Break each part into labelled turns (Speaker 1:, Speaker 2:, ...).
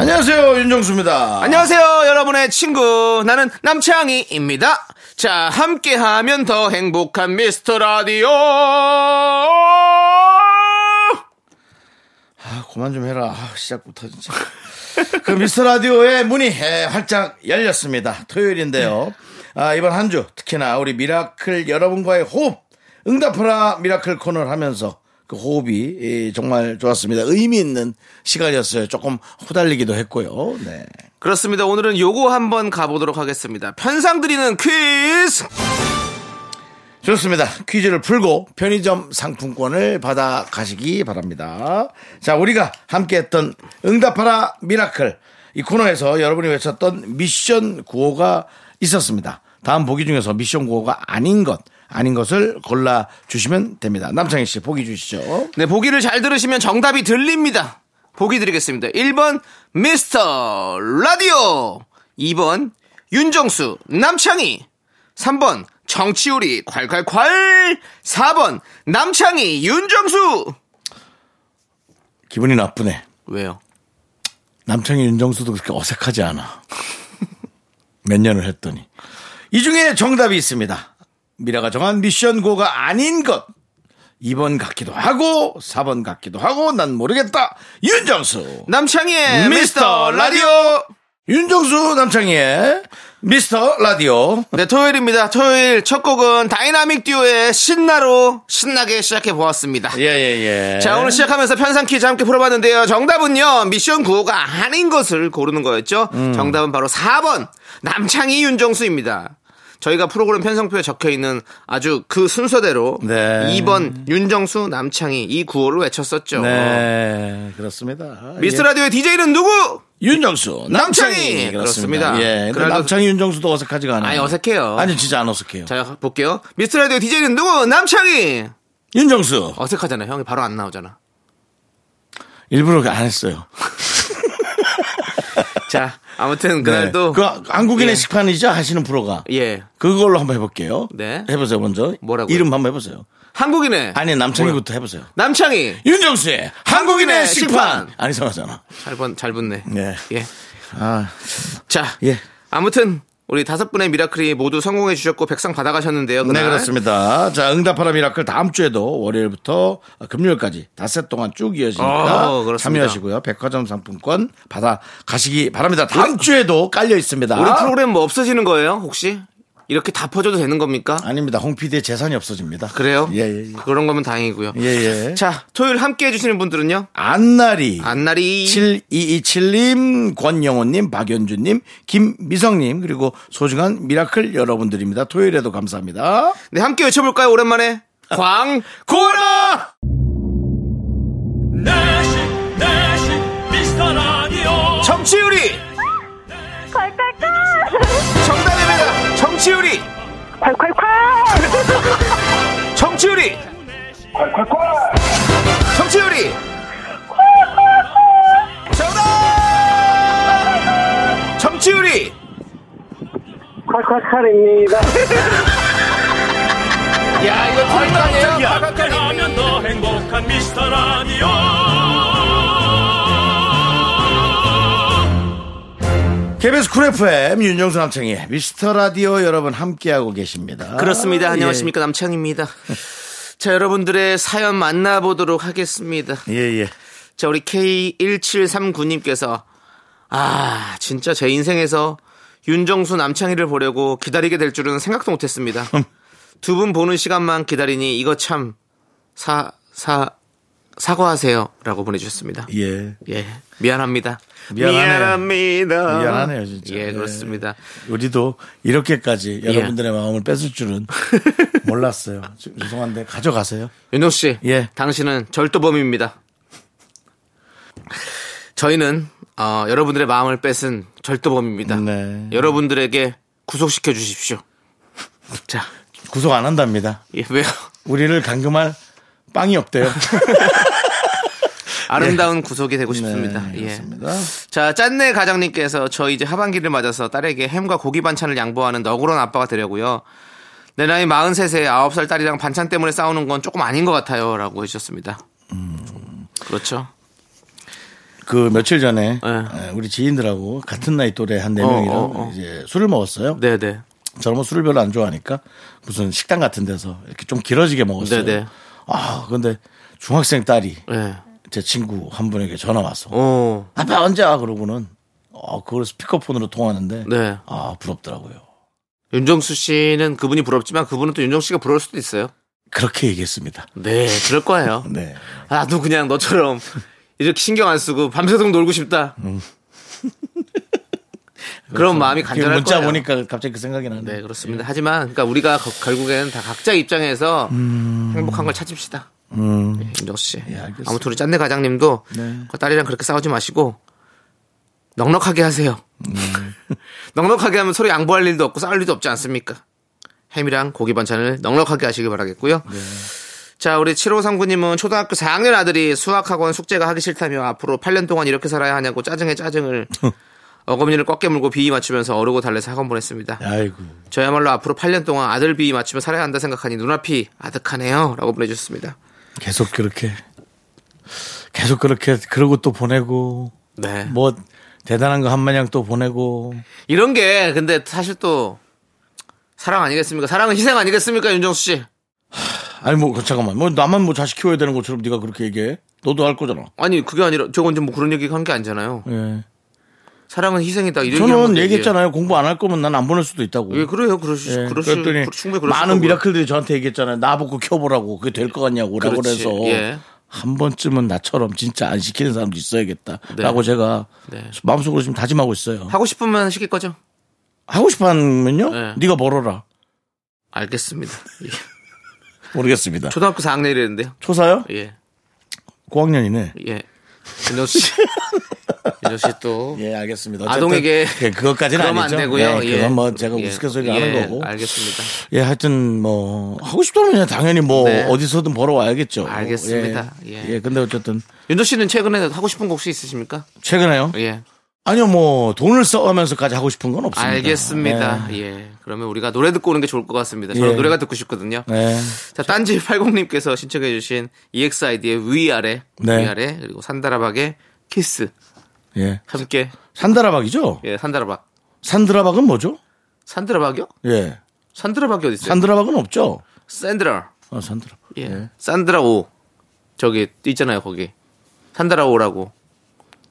Speaker 1: 안녕하세요 윤정수입니다.
Speaker 2: 안녕하세요, 여러분의 친구. 나는 남창희입니다. 자, 함께하면 더 행복한 미스터 라디오.
Speaker 1: 아, 그만 좀 해라. 아, 시작부터 진짜. 그 미스터 라디오의 문이 에, 활짝 열렸습니다. 토요일인데요. 아, 이번 한 주 특히나 우리 미라클 여러분과의 호흡 응답하라 미라클 코너를 하면서 그 호흡이 예, 정말 좋았습니다. 의미 있는 시간이었어요. 조금 후달리기도 했고요. 네.
Speaker 2: 그렇습니다. 오늘은 요거 한번 가보도록 하겠습니다. 편상 드리는 퀴즈.
Speaker 1: 좋습니다. 퀴즈를 풀고 편의점 상품권을 받아 가시기 바랍니다. 자, 우리가 함께 했던 응답하라 미라클. 이 코너에서 여러분이 외쳤던 미션 구호가 있었습니다. 다음 보기 중에서 미션 구호가 아닌 것, 아닌 것을 골라 주시면 됩니다. 남창희 씨 보기 주시죠.
Speaker 2: 네, 보기를 잘 들으시면 정답이 들립니다. 보기 드리겠습니다. 1번, 미스터 라디오. 2번, 윤정수, 남창희. 3번, 정치우리, 콸콸콸. 4번, 남창희, 윤정수.
Speaker 1: 기분이 나쁘네.
Speaker 2: 왜요?
Speaker 1: 남창희 윤정수도 그렇게 어색하지 않아. 몇 년을 했더니. 이 중에 정답이 있습니다. 미라가 정한 미션 고가 아닌 것. 2번 같기도 하고, 4번 같기도 하고, 난 모르겠다. 윤정수.
Speaker 2: 남창희의 네, 미스터 라디오.
Speaker 1: 윤정수 남창희의 미스터 라디오.
Speaker 2: 네, 토요일입니다. 토요일 첫 곡은 다이나믹 듀오의 신나로 신나게 시작해 보았습니다.
Speaker 1: 예, 예, 예.
Speaker 2: 자, 오늘 시작하면서 편상 퀴즈 함께 풀어봤는데요. 정답은요, 미션 구호가 아닌 것을 고르는 거였죠. 정답은 바로 4번, 남창희 윤정수입니다. 저희가 프로그램 편성표에 적혀 있는 아주 그 순서대로
Speaker 1: 네.
Speaker 2: 2번 윤정수 남창희 이 구호를 외쳤었죠.
Speaker 1: 네, 그렇습니다. 예.
Speaker 2: 미스 라디오의 DJ는 누구?
Speaker 1: 윤정수, 남창희.
Speaker 2: 남창희. 그렇습니다.
Speaker 1: 예. 근데
Speaker 2: 그래도-
Speaker 1: 남창희, 윤정수도 어색하지가 않아요.
Speaker 2: 음. 아니, 어색해요.
Speaker 1: 아니, 진짜 안 어색해요.
Speaker 2: 자, 볼게요. 미스 라디오 DJ는 누구? 남창희.
Speaker 1: 윤정수.
Speaker 2: 어색하잖아. 형이 바로 안 나오잖아.
Speaker 1: 일부러 안 했어요.
Speaker 2: 자, 아무튼 그날도
Speaker 1: 그 한국인의
Speaker 2: 예.
Speaker 1: 식판이죠 하시는 프로가
Speaker 2: 예.
Speaker 1: 그걸로 한번 해볼게요.
Speaker 2: 네.
Speaker 1: 해보세요 먼저.
Speaker 2: 뭐라고요?
Speaker 1: 이름 한번 해보세요.
Speaker 2: 한국인의
Speaker 1: 아니 남창희부터 해보세요.
Speaker 2: 남창희.
Speaker 1: 윤정수의 한국인의
Speaker 2: 한국인의
Speaker 1: 식판.
Speaker 2: 식판.
Speaker 1: 안 이상하잖아.
Speaker 2: 잘, 번, 잘 붙네.
Speaker 1: 네.
Speaker 2: 예.
Speaker 1: 아,
Speaker 2: 자,
Speaker 1: 예.
Speaker 2: 아무튼 우리 다섯 분의 미라클이 모두 성공해 주셨고 백상 받아가셨는데요.
Speaker 1: 네
Speaker 2: 그날.
Speaker 1: 그렇습니다. 자 응답하라 미라클 다음 주에도 월요일부터 금요일까지 닷새 동안 쭉 이어지니까
Speaker 2: 어, 그렇습니다.
Speaker 1: 참여하시고요. 백화점 상품권 받아 가시기 바랍니다. 다음 주에도 깔려 있습니다.
Speaker 2: 우리 프로그램 뭐 없어지는 거예요? 혹시 이렇게 다 퍼줘도 되는 겁니까?
Speaker 1: 아닙니다. 홍 PD의 재산이 없어집니다.
Speaker 2: 그래요?
Speaker 1: 예예 예.
Speaker 2: 그런 거면 다행이고요.
Speaker 1: 예, 예.
Speaker 2: 자, 토요일 함께 해주시는 분들은요. 아,
Speaker 1: 안나리
Speaker 2: 안나리.
Speaker 1: 7227님, 권영호님, 박연주님, 김미성님, 그리고 소중한 미라클 여러분들입니다. 토요일에도 감사합니다.
Speaker 2: 네, 함께 외쳐볼까요? 오랜만에.
Speaker 1: 아.
Speaker 2: 광.
Speaker 1: 고라!
Speaker 3: 내시 내시 미스터 라디오
Speaker 2: 정치우리. 정답입니다. 정치우리.
Speaker 4: 콸콸콸!
Speaker 2: 정치우리. 정치우리. 정답! 정치우리.
Speaker 4: 콸콸콸입니다.
Speaker 2: 야, 이거 틀린 거 아니에요?
Speaker 3: 함께하면 더 행복한 미스터 라디오
Speaker 1: KBS 쿨 FM 윤정수 남창희 미스터 라디오 여러분 함께하고 계십니다.
Speaker 2: 그렇습니다.
Speaker 1: 예.
Speaker 2: 안녕하십니까. 남창입니다. 자, 여러분들의 사연 만나보도록 하겠습니다.
Speaker 1: 예, 예.
Speaker 2: 자, 우리 K1739님께서, 아, 진짜 제 인생에서 윤정수 남창희를 보려고 기다리게 될 줄은 생각도 못 했습니다. 두 분 보는 시간만 기다리니 이거 참, 사, 사, 사과하세요. 라고 보내주셨습니다.
Speaker 1: 예.
Speaker 2: 예. 미안합니다.
Speaker 1: 미안하네요.
Speaker 2: 미안합니다.
Speaker 1: 미안하네요, 진짜.
Speaker 2: 예, 그렇습니다.
Speaker 1: 우리도 이렇게까지
Speaker 2: 예.
Speaker 1: 여러분들의 마음을 뺏을 줄은 몰랐어요. 죄송한데 가져가세요.
Speaker 2: 윤정 씨,
Speaker 1: 예.
Speaker 2: 당신은 절도범입니다. 저희는 어, 여러분들의 마음을 뺏은 절도범입니다.
Speaker 1: 네.
Speaker 2: 여러분들에게 구속시켜 주십시오. 자,
Speaker 1: 구속 안 한답니다.
Speaker 2: 예, 왜요?
Speaker 1: 우리를 감금할 빵이 없대요.
Speaker 2: 아름다운 구속이 되고 싶습니다.
Speaker 1: 네,
Speaker 2: 예.
Speaker 1: 그렇습니다.
Speaker 2: 자, 짠내 가장님께서 저 이제 하반기를 맞아서 딸에게 햄과 고기 반찬을 양보하는 너그러운 아빠가 되려고요. 내 나이 43세에 9살 딸이랑 반찬 때문에 싸우는 건 조금 아닌 것 같아요. 라고 해주셨습니다. 그렇죠.
Speaker 1: 그 며칠 전에
Speaker 2: 네.
Speaker 1: 에, 우리 지인들하고 같은 나이 또래 한 네
Speaker 2: 어,
Speaker 1: 명이랑
Speaker 2: 어, 어.
Speaker 1: 이제 술을 먹었어요.
Speaker 2: 네네.
Speaker 1: 저는 뭐 술을 별로 안 좋아하니까 무슨 식당 같은 데서 이렇게 좀 길어지게 먹었어요.
Speaker 2: 네네.
Speaker 1: 아 근데 중학생 딸이
Speaker 2: 예.
Speaker 1: 제 친구 한 분에게 전화 왔어.
Speaker 2: 어.
Speaker 1: 아빠 언제 와 그러고는 어 그걸 스피커폰으로 통하는데
Speaker 2: 네.
Speaker 1: 아 부럽더라고요.
Speaker 2: 윤정수 씨는 그분이 부럽지만 그분은 또 윤정 씨가 부러울 수도 있어요.
Speaker 1: 그렇게 얘기했습니다.
Speaker 2: 네, 그럴 거예요.
Speaker 1: 네.
Speaker 2: 나도 그냥 너처럼 이렇게 신경 안 쓰고 밤새도록 놀고 싶다.
Speaker 1: 음.
Speaker 2: 그런 마음이
Speaker 1: 지금
Speaker 2: 간절할
Speaker 1: 문자
Speaker 2: 거예요.
Speaker 1: 보니까 갑자기 그 생각이 나는데.
Speaker 2: 네, 그렇습니다. 하지만 그러니까 우리가 거- 결국에는 다 각자 입장에서 행복한 걸 찾읍시다. 예, 윤정수 씨.
Speaker 1: 음. 알겠습니다. 네.
Speaker 2: 아무튼 우리 짠내 과장님도 그 딸이랑 그렇게 싸우지 마시고 넉넉하게 하세요.
Speaker 1: 음.
Speaker 2: 넉넉하게 하면 서로 양보할 일도 없고 싸울 일도 없지 않습니까? 햄이랑 고기 반찬을 넉넉하게 하시길 바라겠고요.
Speaker 1: 네.
Speaker 2: 자, 우리 7539님은 초등학교 4학년 아들이 수학학원 숙제가 하기 싫다며 앞으로 8년 동안 이렇게 살아야 하냐고 짜증에 짜증을
Speaker 1: 어.
Speaker 2: 어금니를 꽉 깨물고 비위 맞추면서 어르고 달래서 학원 보냈습니다.
Speaker 1: 아이고.
Speaker 2: 저야말로 앞으로 8년 동안 아들 비 맞추며 살아야 한다 생각하니 눈앞이 아득하네요. 라고 보내주셨습니다.
Speaker 1: 계속 그렇게 계속 그렇게 그러고 또 보내고
Speaker 2: 네.
Speaker 1: 뭐 대단한 거 한 마냥 또 보내고
Speaker 2: 이런 게 근데 사실 또 사랑 아니겠습니까? 사랑은 희생 아니겠습니까? 윤정수 씨.
Speaker 1: 아니 뭐 그, 잠깐만 뭐 나만 뭐 자식 키워야 되는 것처럼 네가 그렇게 얘기해 너도 할 거잖아
Speaker 2: 아니 그게 아니라 저건 이제 뭐 그런 얘기 한 게 아니잖아요.
Speaker 1: 예
Speaker 2: 사랑은 희생이다. 이런
Speaker 1: 저는 얘기했잖아요 공부 안 할 거면 난 안 보낼 수도 있다고
Speaker 2: 예, 그래요. 그러시,
Speaker 1: 예,
Speaker 2: 그러시,
Speaker 1: 그랬더니
Speaker 2: 그러- 충분히 그러시.
Speaker 1: 많은 미라클들이 저한테 얘기했잖아요 나 보고 키워보라고 그게 될 거 같냐고 라고
Speaker 2: 그렇지.
Speaker 1: 그래서
Speaker 2: 예.
Speaker 1: 한 번쯤은 나처럼 진짜 안 시키는 사람도 있어야겠다
Speaker 2: 네.
Speaker 1: 라고 제가
Speaker 2: 네.
Speaker 1: 마음속으로 지금 다짐하고 있어요
Speaker 2: 하고 싶으면 시킬 거죠?
Speaker 1: 하고 싶어 하면요
Speaker 2: 네.
Speaker 1: 네가 벌어라
Speaker 2: 알겠습니다. 예.
Speaker 1: 모르겠습니다
Speaker 2: 초등학교 4학년이랬는데요.
Speaker 1: 초사요?
Speaker 2: 예.
Speaker 1: 고학년이네
Speaker 2: 예. 윤정수 씨. 윤정수 씨또
Speaker 1: 예, 알겠습니다. 어쨌든
Speaker 2: 아동에게
Speaker 1: 예, 그것까지는
Speaker 2: 그러면
Speaker 1: 아니죠.
Speaker 2: 안 되고요.
Speaker 1: 예,
Speaker 2: 예.
Speaker 1: 그건 뭐 제가
Speaker 2: 예.
Speaker 1: 우스갯소리
Speaker 2: 예,
Speaker 1: 하는 거고.
Speaker 2: 알겠습니다.
Speaker 1: 예, 하여튼 뭐 하고 싶다면 그냥 당연히 뭐
Speaker 2: 네.
Speaker 1: 어디서든 벌어와야겠죠.
Speaker 2: 알겠습니다.
Speaker 1: 예.
Speaker 2: 예.
Speaker 1: 예, 근데 어쨌든
Speaker 2: 윤도 씨는 최근에 하고 싶은 거 혹시 있으십니까?
Speaker 1: 최근에요?
Speaker 2: 예.
Speaker 1: 아니요, 뭐 돈을 써가면서까지 하고 싶은 건 없습니다. 네.
Speaker 2: 알겠습니다. 예. 그러면 우리가 노래 듣고 오는 게 좋을 것 같습니다. 저는
Speaker 1: 예.
Speaker 2: 노래가 듣고 싶거든요.
Speaker 1: 예. 네.
Speaker 2: 자, 딴지 80님께서 신청해주신 EXID의 위아래,
Speaker 1: 네.
Speaker 2: 위아래, 그리고 산다라박의 키스.
Speaker 1: 예.
Speaker 2: 함께,
Speaker 1: 산다라박이죠?
Speaker 2: 예, 산다라박.
Speaker 1: 산드라박은 뭐죠?
Speaker 2: 산드라박이요?
Speaker 1: 예.
Speaker 2: 산드라박이 어딨어요?
Speaker 1: 산드라박은 없죠?
Speaker 2: 산드라.
Speaker 1: 아, 산드라.
Speaker 2: 예.
Speaker 1: 예.
Speaker 2: 산드라 오. 저기, 있잖아요, 거기. 산드라 오라고.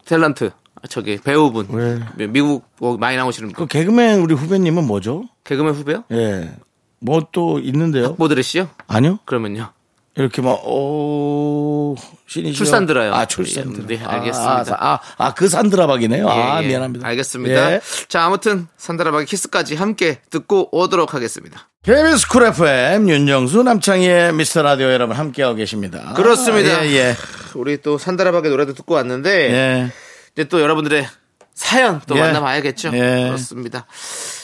Speaker 2: 탤런트. 아, 저기, 배우분.
Speaker 1: 왜?
Speaker 2: 미국 뭐 많이 나오시는
Speaker 1: 그
Speaker 2: 분.
Speaker 1: 개그맨 우리 후배님은 뭐죠?
Speaker 2: 개그맨 후배요?
Speaker 1: 예. 뭐 또
Speaker 2: 아,
Speaker 1: 있는데요?
Speaker 2: 보드레시요?
Speaker 1: 아니요?
Speaker 2: 그러면요.
Speaker 1: 이렇게 막, 오, 신이
Speaker 2: 출산 들어요.
Speaker 1: 아, 출산
Speaker 2: 예,
Speaker 1: 들어.
Speaker 2: 네,
Speaker 1: 아,
Speaker 2: 알겠습니다.
Speaker 1: 아, 아, 그 산드라박이네요. 아,
Speaker 2: 예, 예.
Speaker 1: 미안합니다.
Speaker 2: 알겠습니다.
Speaker 1: 예.
Speaker 2: 자, 아무튼 산다라박의 키스까지 함께 듣고 오도록 하겠습니다.
Speaker 1: KBS 쿨 FM 윤정수 남창희의 미스터 라디오 여러분 함께하고 계십니다.
Speaker 2: 그렇습니다.
Speaker 1: 예, 예.
Speaker 2: 우리 또 산다라박의 노래도 듣고 왔는데
Speaker 1: 예.
Speaker 2: 이제 또 여러분들의 사연 또
Speaker 1: 예.
Speaker 2: 만나봐야겠죠.
Speaker 1: 예.
Speaker 2: 그렇습니다.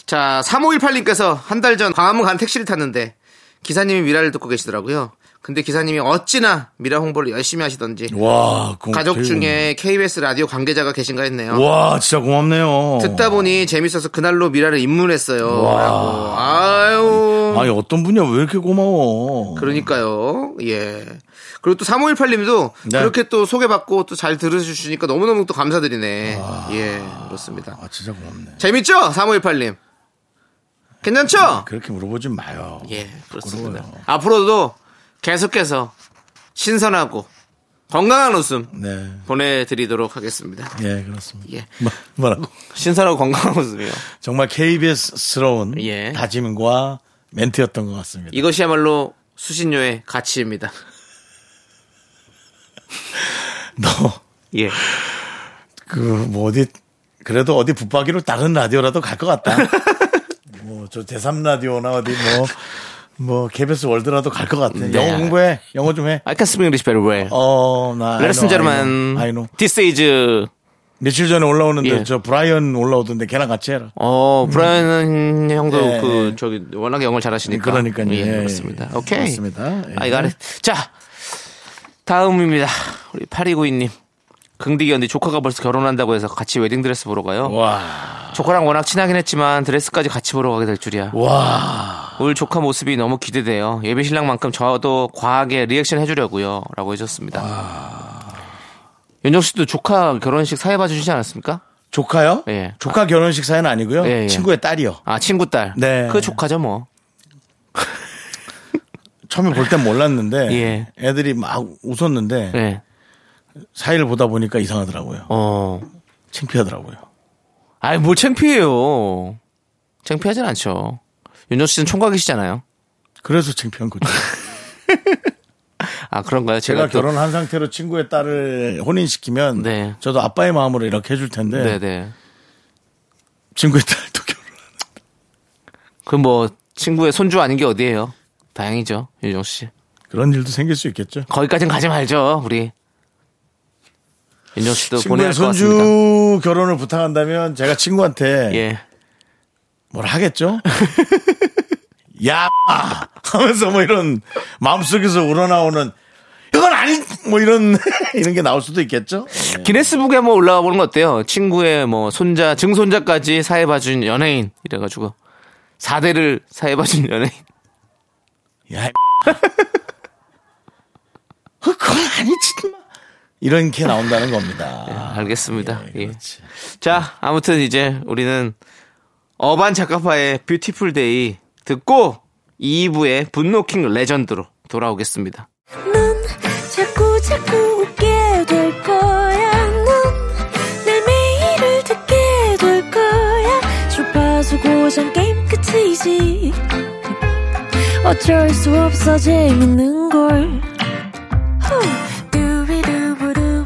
Speaker 2: 자, 3518님께서 한 달 전 광화문 간 택시를 탔는데 기사님이 미라를 듣고 계시더라고요. 근데 기사님이 어찌나 미라 홍보를 열심히 하시던지
Speaker 1: 와, 고-
Speaker 2: 가족
Speaker 1: 되게
Speaker 2: 중에 KBS 라디오 관계자가 계신가 했네요.
Speaker 1: 고맙네. 와, 진짜 고맙네요.
Speaker 2: 듣다 보니 재밌어서 그날로 미라를 입문했어요.
Speaker 1: 와.
Speaker 2: 라고. 아유.
Speaker 1: 아니, 어떤 분이야? 왜 이렇게 고마워?
Speaker 2: 그러니까요. 예. 그리고 또 3518님도
Speaker 1: 네.
Speaker 2: 그렇게 또 소개받고 또 잘 들어주시니까 너무너무 또 감사드리네. 예. 그렇습니다.
Speaker 1: 아, 진짜 고맙네.
Speaker 2: 재밌죠? 3518님. 괜찮죠?
Speaker 1: 그렇게 물어보지 마요.
Speaker 2: 예. 그렇습니다.
Speaker 1: 부끄러워요.
Speaker 2: 앞으로도 계속해서 신선하고 건강한 웃음
Speaker 1: 네.
Speaker 2: 보내드리도록 하겠습니다.
Speaker 1: 예, 그렇습니다.
Speaker 2: 예.
Speaker 1: 뭐- 뭐라고?
Speaker 2: 신선하고 건강한 웃음이요.
Speaker 1: 정말 KBS스러운
Speaker 2: 예.
Speaker 1: 다짐과 멘트였던 것 같습니다.
Speaker 2: 이것이야말로 수신료의 가치입니다.
Speaker 1: 너,
Speaker 2: 예.
Speaker 1: 그, 뭐, 어디, 그래도 어디 붙박이로 다른 라디오라도 갈 것 같다. 뭐, 저 제3라디오나 어디 뭐, 뭐, KBS 월드라도 갈 것 같아.
Speaker 2: 네.
Speaker 1: 영어 공부해. 영어 좀 해.
Speaker 2: I can speak English very well.
Speaker 1: 어, 나.
Speaker 2: 레슨
Speaker 1: I know, I know, I
Speaker 2: 제르만
Speaker 1: know.
Speaker 2: This is
Speaker 1: 며칠 전에 올라오는데
Speaker 2: 예.
Speaker 1: 저 브라이언 올라오던데 걔랑 같이 해라.
Speaker 2: 어, 브라이언 형도
Speaker 1: 음. 예,
Speaker 2: 그 저기 워낙에 영어를 잘하시니까.
Speaker 1: 그러니까요.
Speaker 2: 예,
Speaker 1: 예,
Speaker 2: 그렇습니다.
Speaker 1: 예.
Speaker 2: 오케이.
Speaker 1: 그렇습니다. 예.
Speaker 2: 아, 이거 알 자, 다음입니다. 우리 8292님. 긍디기 언니 조카가 벌써 결혼한다고 해서 같이 웨딩드레스 보러 가요.
Speaker 1: 와,
Speaker 2: 조카랑 워낙 친하긴 했지만 드레스까지 같이 보러 가게 될 줄이야.
Speaker 1: 와,
Speaker 2: 올 조카 모습이 너무 기대돼요. 예비 신랑만큼 저도 과하게 리액션 해주려고요. 라고 해줬습니다. 윤정 씨도 조카 결혼식 사회 봐주시지 않았습니까?
Speaker 1: 조카요?
Speaker 2: 예.
Speaker 1: 조카 결혼식 사연 아니고요.
Speaker 2: 예, 예.
Speaker 1: 친구의 딸이요.
Speaker 2: 아, 친구 딸.
Speaker 1: 네.
Speaker 2: 그 조카죠, 뭐.
Speaker 1: 처음에 볼 땐 몰랐는데
Speaker 2: 예.
Speaker 1: 애들이 막 웃었는데
Speaker 2: 예.
Speaker 1: 사이를 보다 보니까 이상하더라고요.
Speaker 2: 어.
Speaker 1: 창피하더라고요.
Speaker 2: 아이, 뭘 창피해요. 창피하진 않죠. 윤정 씨는 총각이시잖아요.
Speaker 1: 그래서 창피한 거죠.
Speaker 2: 아, 그런가요?
Speaker 1: 제가
Speaker 2: 제가, 또-
Speaker 1: 결혼한 상태로 친구의 딸을 혼인시키면
Speaker 2: 네.
Speaker 1: 저도 아빠의 마음으로 이렇게 해줄 텐데
Speaker 2: 네네.
Speaker 1: 친구의 딸도 결혼.
Speaker 2: 그 뭐, 친구의 손주 아닌 게 어디예요? 다행이죠, 윤정 씨.
Speaker 1: 그런 일도 생길 수 있겠죠.
Speaker 2: 거기까진 가지 말죠, 우리. 윤정 씨도
Speaker 1: 친구의
Speaker 2: 보내야 할 것 같습니다.
Speaker 1: 손주 결혼을 부탁한다면 제가 친구한테
Speaker 2: 예.
Speaker 1: 뭘 하겠죠? 야 아! 하면서 뭐 이런 마음속에서 우러나오는 이건 아닌 뭐 이런 이런 게 나올 수도 있겠죠?
Speaker 2: 기네스북에 한번 올라와 보는 거 어때요? 친구의 뭐 손자, 증손자까지 사해봐준 연예인 이래가지고 4대를 사해봐준 연예인.
Speaker 1: 야, 이 어, 그건 아니지. 인마. 이런 게 나온다는 겁니다.
Speaker 2: 알겠습니다.
Speaker 1: 예,
Speaker 2: 예.
Speaker 1: 그렇지.
Speaker 2: 자, 아무튼 이제 우리는 어반 작가파의 뷰티풀 데이 듣고 2부의 분노킹 레전드로 돌아오겠습니다.
Speaker 5: 넌 자꾸 자꾸 웃게 될 거야. 넌내 매일을 듣게 될 거야. 주파수 고정 게임 끝이지. 어쩔 수 없어 재밌는 걸. 후. 두비두부두.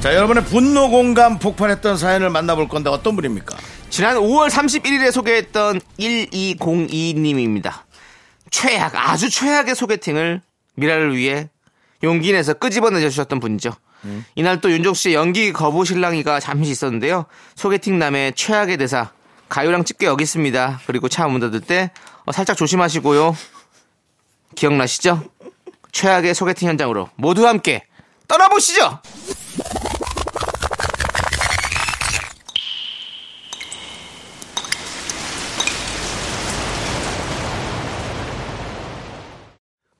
Speaker 1: 자 여러분의 분노 공감 폭발했던 사연을 만나볼 건데 어떤 분입니까?
Speaker 2: 지난 5월 31일에 소개했던 1202님입니다. 최악, 아주 최악의 소개팅을 미라를 위해 용기 내서 끄집어내 주셨던 분이죠. 이날 또 윤종 씨의 연기 거부 신랑이가 잠시 있었는데요. 소개팅 남의 최악의 대사, 가요랑 집게 여기 있습니다. 그리고 차 문 닫을 때 어, 살짝 조심하시고요. 기억나시죠? 최악의 소개팅 현장으로 모두 함께 떠나보시죠!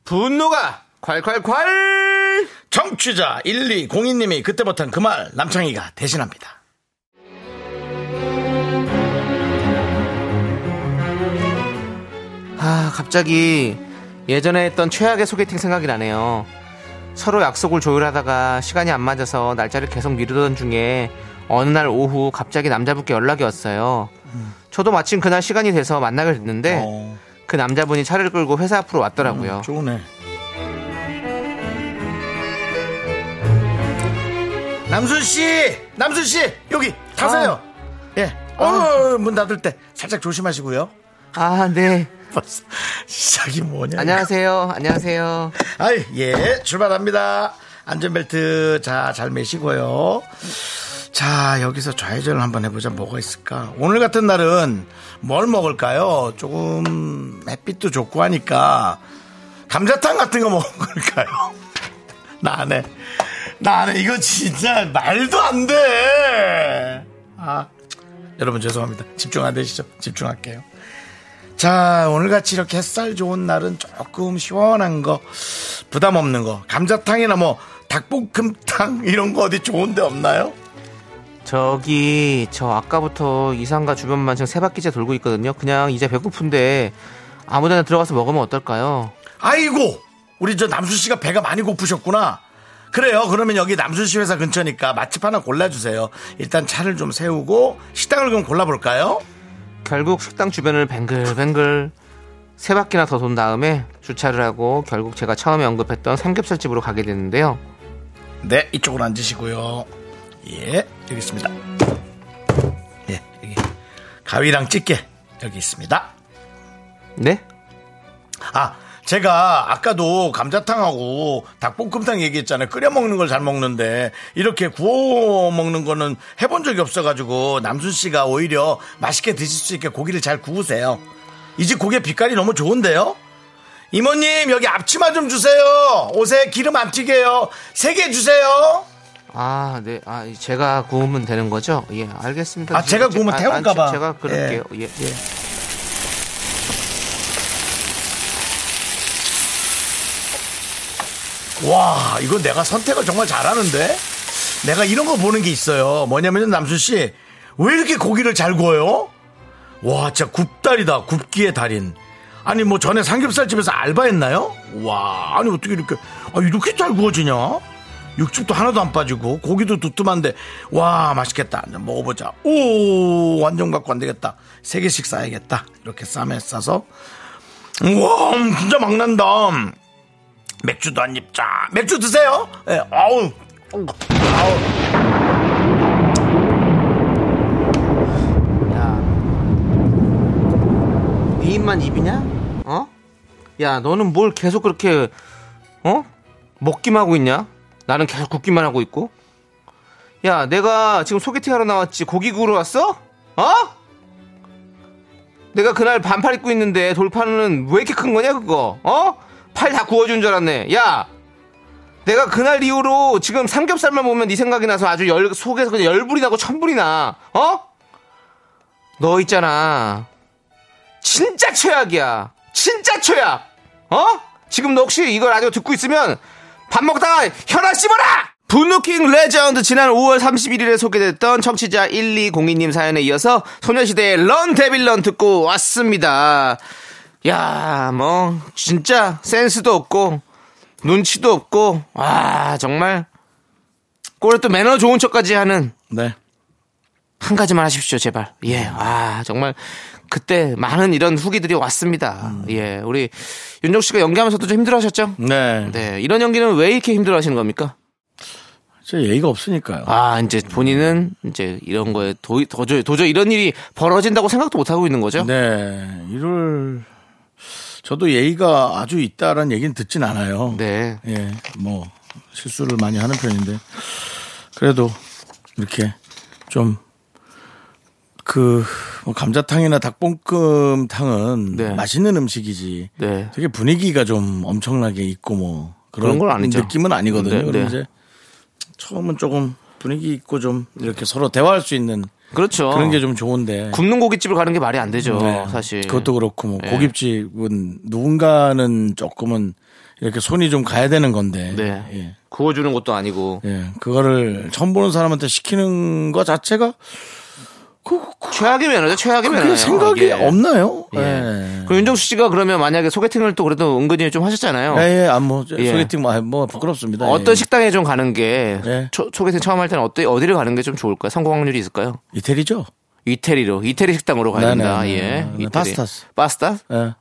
Speaker 2: 분노가 콸콸콸!
Speaker 1: 정취자 1202님이 그때 못한 그 말 남창희가 대신합니다
Speaker 2: 아, 갑자기 예전에 했던 최악의 소개팅 생각이 나네요. 서로 약속을 조율하다가 시간이 안 맞아서 날짜를 계속 미루던 중에 어느 날 오후 갑자기 남자분께 연락이 왔어요. 저도 마침 그날 시간이 돼서 만나게 됐는데
Speaker 1: 어, 음,
Speaker 2: 그 남자분이 차를 끌고 회사 앞으로 왔더라고요.
Speaker 1: 좋네 남순씨 남순씨 여기 타세요 예. 어, 문 닫을 때 살짝 조심하시고요
Speaker 2: 아, 네.
Speaker 1: 벌써 시작이 뭐냐
Speaker 2: 안녕하세요. 안녕하세요.
Speaker 1: 아이, 예, 출발합니다. 안전벨트, 자, 잘 매시고요. 자, 여기서 좌회전을 한번 해보자. 뭐가 있을까? 오늘 같은 날은 뭘 먹을까요? 조금 햇빛도 좋고 하니까 감자탕 같은 거 먹을까요? 나 안 해. 나 안 해. 이거 진짜 말도 안 돼. 아, 여러분 죄송합니다. 집중 안 되시죠? 집중할게요. 자, 오늘같이 이렇게 햇살 좋은 날은 조금 시원한 거, 부담 없는 거, 감자탕이나 뭐, 닭볶음탕 이런 거 어디 좋은 데 없나요?
Speaker 2: 저기 저 아까부터 이상가 주변만 지금 세 바퀴째 돌고 있거든요. 그냥 이제 배고픈데 아무데나 들어가서 먹으면 어떨까요?
Speaker 1: 아이고! 우리 저 남수 씨가 배가 많이 고프셨구나. 그래요. 그러면 여기 남수 씨 회사 근처니까 맛집 하나 골라주세요. 일단 차를 좀 세우고 식당을 그럼 골라볼까요?
Speaker 2: 결국 식당 주변을 뱅글뱅글 세 바퀴나 더 돈 다음에 주차를 하고 결국 제가 처음에 언급했던 삼겹살집으로 가게 됐는데요.
Speaker 1: 네, 이쪽으로 앉으시고요. 예, 여기 있습니다. 예, 여기. 가위랑 집게 여기 있습니다.
Speaker 2: 네?
Speaker 1: 아, 제가 아까도 감자탕하고 닭볶음탕 얘기했잖아요. 끓여 먹는 걸 잘 먹는데 이렇게 구워 먹는 거는 해본 적이 없어가지고 남순 씨가 오히려 맛있게 드실 수 있게 고기를 잘 구우세요. 이 집 고기 빛깔이 너무 좋은데요? 이모님 여기 앞치마 좀 주세요. 옷에 기름 안 튀게요. 세 개 주세요.
Speaker 2: 아, 네. 아, 제가 구우면 되는 거죠? 예, 알겠습니다.
Speaker 1: 아, 제가 구우면
Speaker 2: 아,
Speaker 1: 태울까
Speaker 2: 아,
Speaker 1: 봐.
Speaker 2: 제가 그럴게요. 예. 예.
Speaker 1: 와, 이거 내가 선택을 정말 잘하는데? 내가 이런 거 보는 게 있어요. 뭐냐면요, 남순 씨. 왜 이렇게 고기를 잘 구워요? 와, 진짜 굽다리다. 굽기의 달인. 아니, 뭐 전에 삼겹살집에서 알바했나요? 와, 아니, 어떻게 이렇게, 아, 이렇게 잘 구워지냐? 육즙도 하나도 안 빠지고, 고기도 두툼한데, 와, 맛있겠다. 한번 먹어보자. 오, 완전 갖고 안 되겠다. 세 개씩 싸야겠다. 이렇게 쌈에 싸서. 우와, 음, 진짜 막 난다. 맥주도 한 입 자. 맥주 드세요. 예, 아우. 아우.
Speaker 2: 네 입만 입이냐? 어? 야, 너는 뭘 계속 그렇게 어? 먹기만 하고 있냐? 나는 계속 굽기만 하고 있고. 야, 내가 지금 소개팅 하러 나왔지. 고기 구우러 왔어? 어? 내가 그날 반팔 입고 있는데 돌판은 왜 이렇게 큰 거냐 그거? 어? 팔 다 구워준 줄 알았네. 야, 내가 그날 이후로 지금 삼겹살만 보면 네 생각이 나서 아주 열 속에서 그냥 열불이 나고 천불이 나. 어? 너 있잖아. 진짜 최악이야. 진짜 최악. 어? 지금 너 혹시 이걸 아직 듣고 있으면 밥 먹다가 혈아 씹어라! 분노킹 레전드 지난 5월 31일에 소개됐던 청취자 1202님 사연에 이어서 소녀시대의 런 데빌런 듣고 왔습니다. 야, 뭐 진짜 센스도 없고 눈치도 없고 와 정말 꼴에 또 매너 좋은 척까지 하는
Speaker 1: 네.
Speaker 2: 한 가지만 하십시오, 제발. 예,
Speaker 1: 음.
Speaker 2: 아, 정말. 그때 많은 이런 후기들이 왔습니다.
Speaker 1: 음.
Speaker 2: 예, 우리 윤정 씨가 연기하면서도 좀 힘들어 하셨죠?
Speaker 1: 네.
Speaker 2: 네, 이런 연기는 왜 이렇게 힘들어 하시는 겁니까?
Speaker 1: 저 예의가 없으니까요.
Speaker 2: 아, 이제 본인은 이제 이런 거에 도, 도저히, 도저히 이런 일이 벌어진다고 생각도 못 하고 있는 거죠?
Speaker 1: 네. 이럴 저도 예의가 아주 있다라는 얘기는 듣진 않아요.
Speaker 2: 네.
Speaker 1: 예. 뭐 실수를 많이 하는 편인데 그래도 이렇게 좀 그 감자탕이나 닭볶음탕은
Speaker 2: 네.
Speaker 1: 맛있는 음식이지.
Speaker 2: 네.
Speaker 1: 되게 분위기가 좀 엄청나게 있고 뭐
Speaker 2: 그런 건 아니죠.
Speaker 1: 느낌은 아니거든요.
Speaker 2: 네,
Speaker 1: 그럼
Speaker 2: 네.
Speaker 1: 이제 처음은 조금 분위기 있고 좀 이렇게 서로 대화할 수 있는
Speaker 2: 그렇죠.
Speaker 1: 그런 게 좀 좋은데.
Speaker 2: 굽는 고깃집을 가는 게 말이 안 되죠,
Speaker 1: 네.
Speaker 2: 어, 사실.
Speaker 1: 그것도 그렇고 뭐
Speaker 2: 네.
Speaker 1: 고깃집은 누군가는 조금은 이렇게 손이 좀 가야 되는 건데.
Speaker 2: 네.
Speaker 1: 예.
Speaker 2: 구워주는 것도 아니고.
Speaker 1: 예. 그거를 처음 보는 사람한테 시키는 것 자체가 그, 그,
Speaker 2: 최악의 매너죠, 최악의
Speaker 1: 그게
Speaker 2: 매너예요.
Speaker 1: 생각이
Speaker 2: 예.
Speaker 1: 없나요?
Speaker 2: 예.
Speaker 1: 예.
Speaker 2: 그럼 윤정수 씨가 그러면 만약에 소개팅을 또 그래도 은근히 좀 하셨잖아요.
Speaker 1: 예, 예, 아, 뭐,
Speaker 2: 예.
Speaker 1: 소개팅, 뭐, 뭐, 부끄럽습니다.
Speaker 2: 어떤
Speaker 1: 예.
Speaker 2: 식당에 좀 가는 게
Speaker 1: 네.
Speaker 2: 초, 소개팅 처음 할 때는 어때 어디를 가는 게 좀 좋을까요? 성공 확률이 있을까요?
Speaker 1: 예, 이태리죠? 이태리로.
Speaker 2: 이태리로 이태리 식당으로 가야
Speaker 1: 네네,
Speaker 2: 된다.
Speaker 1: 네네,
Speaker 2: 예,
Speaker 1: 네네.
Speaker 2: 이태리.
Speaker 1: 파스타스.
Speaker 2: 파스타?
Speaker 1: 예.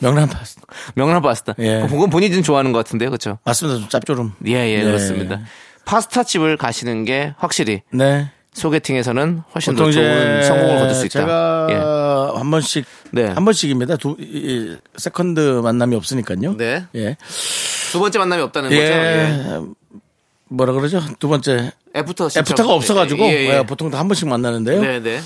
Speaker 1: 명란 파스타.
Speaker 2: 명란 파스타. 어,
Speaker 1: 예.
Speaker 2: 그건 본인이 좀 좋아하는 것 같은데요, 그렇죠?
Speaker 1: 맞습니다. 좀 짭조름.
Speaker 2: 예, 예,
Speaker 1: 네.
Speaker 2: 그렇습니다. 파스타 집을 가시는 게 확실히
Speaker 1: 네.
Speaker 2: 소개팅에서는 훨씬 더
Speaker 1: 보통 이제
Speaker 2: 좋은 성공을 거둘 수 있다. 예.
Speaker 1: 제가 한 번씩
Speaker 2: 네.
Speaker 1: 한 번씩입니다. 두 이- 이 세컨드 만남이 없으니까요.
Speaker 2: 네.
Speaker 1: 예.
Speaker 2: 두 번째 만남이 없다는
Speaker 1: 예.
Speaker 2: 거죠. 예.
Speaker 1: 뭐라 그러죠? 두 번째
Speaker 2: 애프터 신청.
Speaker 1: 애프터가 없어가지고
Speaker 2: 예, 예.
Speaker 1: 예, 보통 다 한 번씩 만나는데요.
Speaker 2: 네, 네.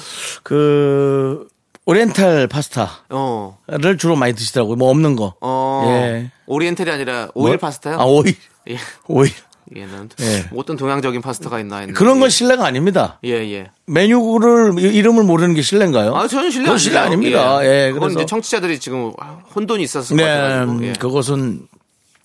Speaker 1: 그 오리엔탈 파스타를
Speaker 2: 어,
Speaker 1: 주로 많이 드시더라고요. 뭐 없는 거.
Speaker 2: 어.
Speaker 1: 예.
Speaker 2: 오리엔탈이 아니라 오일
Speaker 1: 뭐?
Speaker 2: 파스타요.
Speaker 1: 아 오일.
Speaker 2: 예.
Speaker 1: 오일.
Speaker 2: 예, 난
Speaker 1: 예.
Speaker 2: 어떤 동양적인 파스타가 있나 했는데.
Speaker 1: 그런 건
Speaker 2: 예.
Speaker 1: 신뢰가 아닙니다.
Speaker 2: 예, 예.
Speaker 1: 메뉴를 이- 이름을 모르는 게 신뢰인가요?
Speaker 2: 아, 저는 신뢰
Speaker 1: 그건 신뢰
Speaker 2: 아니에요.
Speaker 1: 아닙니다. 예.
Speaker 2: 그건
Speaker 1: 그래서
Speaker 2: 이제 청취자들이 지금 혼돈이 있었을 것
Speaker 1: 네,
Speaker 2: 같아가지고. 예.
Speaker 1: 그것은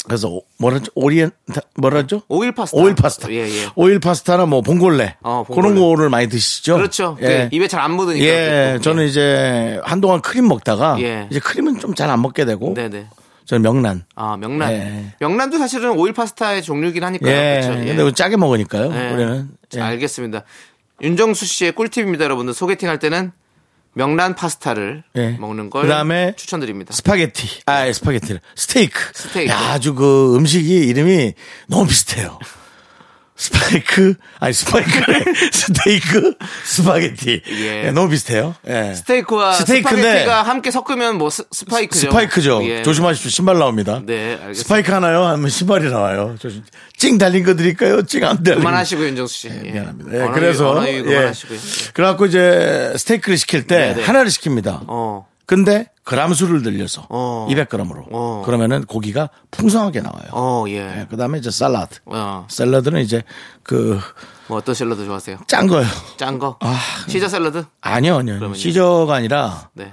Speaker 1: 그래서 오- 뭐라죠? 오리엔 뭐라죠?
Speaker 2: 오일 파스타.
Speaker 1: 오일 파스타.
Speaker 2: 예, 예.
Speaker 1: 오일 파스타나 뭐 봉골레.
Speaker 2: 어, 봉골레.
Speaker 1: 그런 거를 많이 드시죠?
Speaker 2: 그렇죠.
Speaker 1: 예.
Speaker 2: 그 입에 잘 안 묻으니까. 그
Speaker 1: 예,
Speaker 2: 또.
Speaker 1: 저는 이제 한동안 크림 먹다가
Speaker 2: 예.
Speaker 1: 이제 크림은 좀 잘 안 먹게 되고
Speaker 2: 네네.
Speaker 1: 저는 명란.
Speaker 2: 아, 명란.
Speaker 1: 예.
Speaker 2: 명란도 사실은 오일 파스타의 종류긴 하니까요.
Speaker 1: 예.
Speaker 2: 그렇죠. 예.
Speaker 1: 근데 그거 짜게 먹으니까요.
Speaker 2: 예.
Speaker 1: 우리는.
Speaker 2: 자,
Speaker 1: 예.
Speaker 2: 알겠습니다. 윤정수 씨의 꿀팁입니다, 여러분들. 소개팅 할 때는 명란 파스타를
Speaker 1: 예.
Speaker 2: 먹는 걸
Speaker 1: 그다음에
Speaker 2: 추천드립니다.
Speaker 1: 스파게티. 아, 스파게티를. 스테이크.
Speaker 2: 스테이크.
Speaker 1: 야, 아주 그 음식이 이름이 너무 비슷해요. 스파이크, 아니 스파이크래. 스테이크, 스파게티.
Speaker 2: 예.
Speaker 1: 예, 너무 비슷해요. 예.
Speaker 2: 스테이크와
Speaker 1: 스테이크인데
Speaker 2: 스파게티가 함께 섞으면 뭐 스, 파이크죠 예.
Speaker 1: 스파이크죠. 조심하십시오. 신발 나옵니다.
Speaker 2: 네, 알겠습니다.
Speaker 1: 스파이크 하나요? 하면 신발이 나와요. 조심. 찡 달린 거 드릴까요? 찡 안 달린 거.
Speaker 2: 그만하시고 윤정수 씨. 예.
Speaker 1: 미안합니다. 예,
Speaker 2: 언어 유-
Speaker 1: 그래서
Speaker 2: 언어 유
Speaker 1: 예.
Speaker 2: 그만하시고요.
Speaker 1: 그래갖고 이제 스테이크를 시킬 때
Speaker 2: 네, 네.
Speaker 1: 하나를 시킵니다.
Speaker 2: 어.
Speaker 1: 근데 그람수를 늘려서
Speaker 2: 어.
Speaker 1: 200g으로
Speaker 2: 어.
Speaker 1: 그러면은 고기가 풍성하게 나와요.
Speaker 2: 어, 예.
Speaker 1: 예, 그다음에 이제 샐러드.
Speaker 2: 어.
Speaker 1: 샐러드는 이제 그 짠
Speaker 2: 뭐 어떤 샐러드 좋아하세요?
Speaker 1: 거요.
Speaker 2: 짠 거?
Speaker 1: 아.
Speaker 2: 시저 샐러드?
Speaker 1: 아니요, 아니요.
Speaker 2: 그러면요?
Speaker 1: 시저가 아니라
Speaker 2: 네.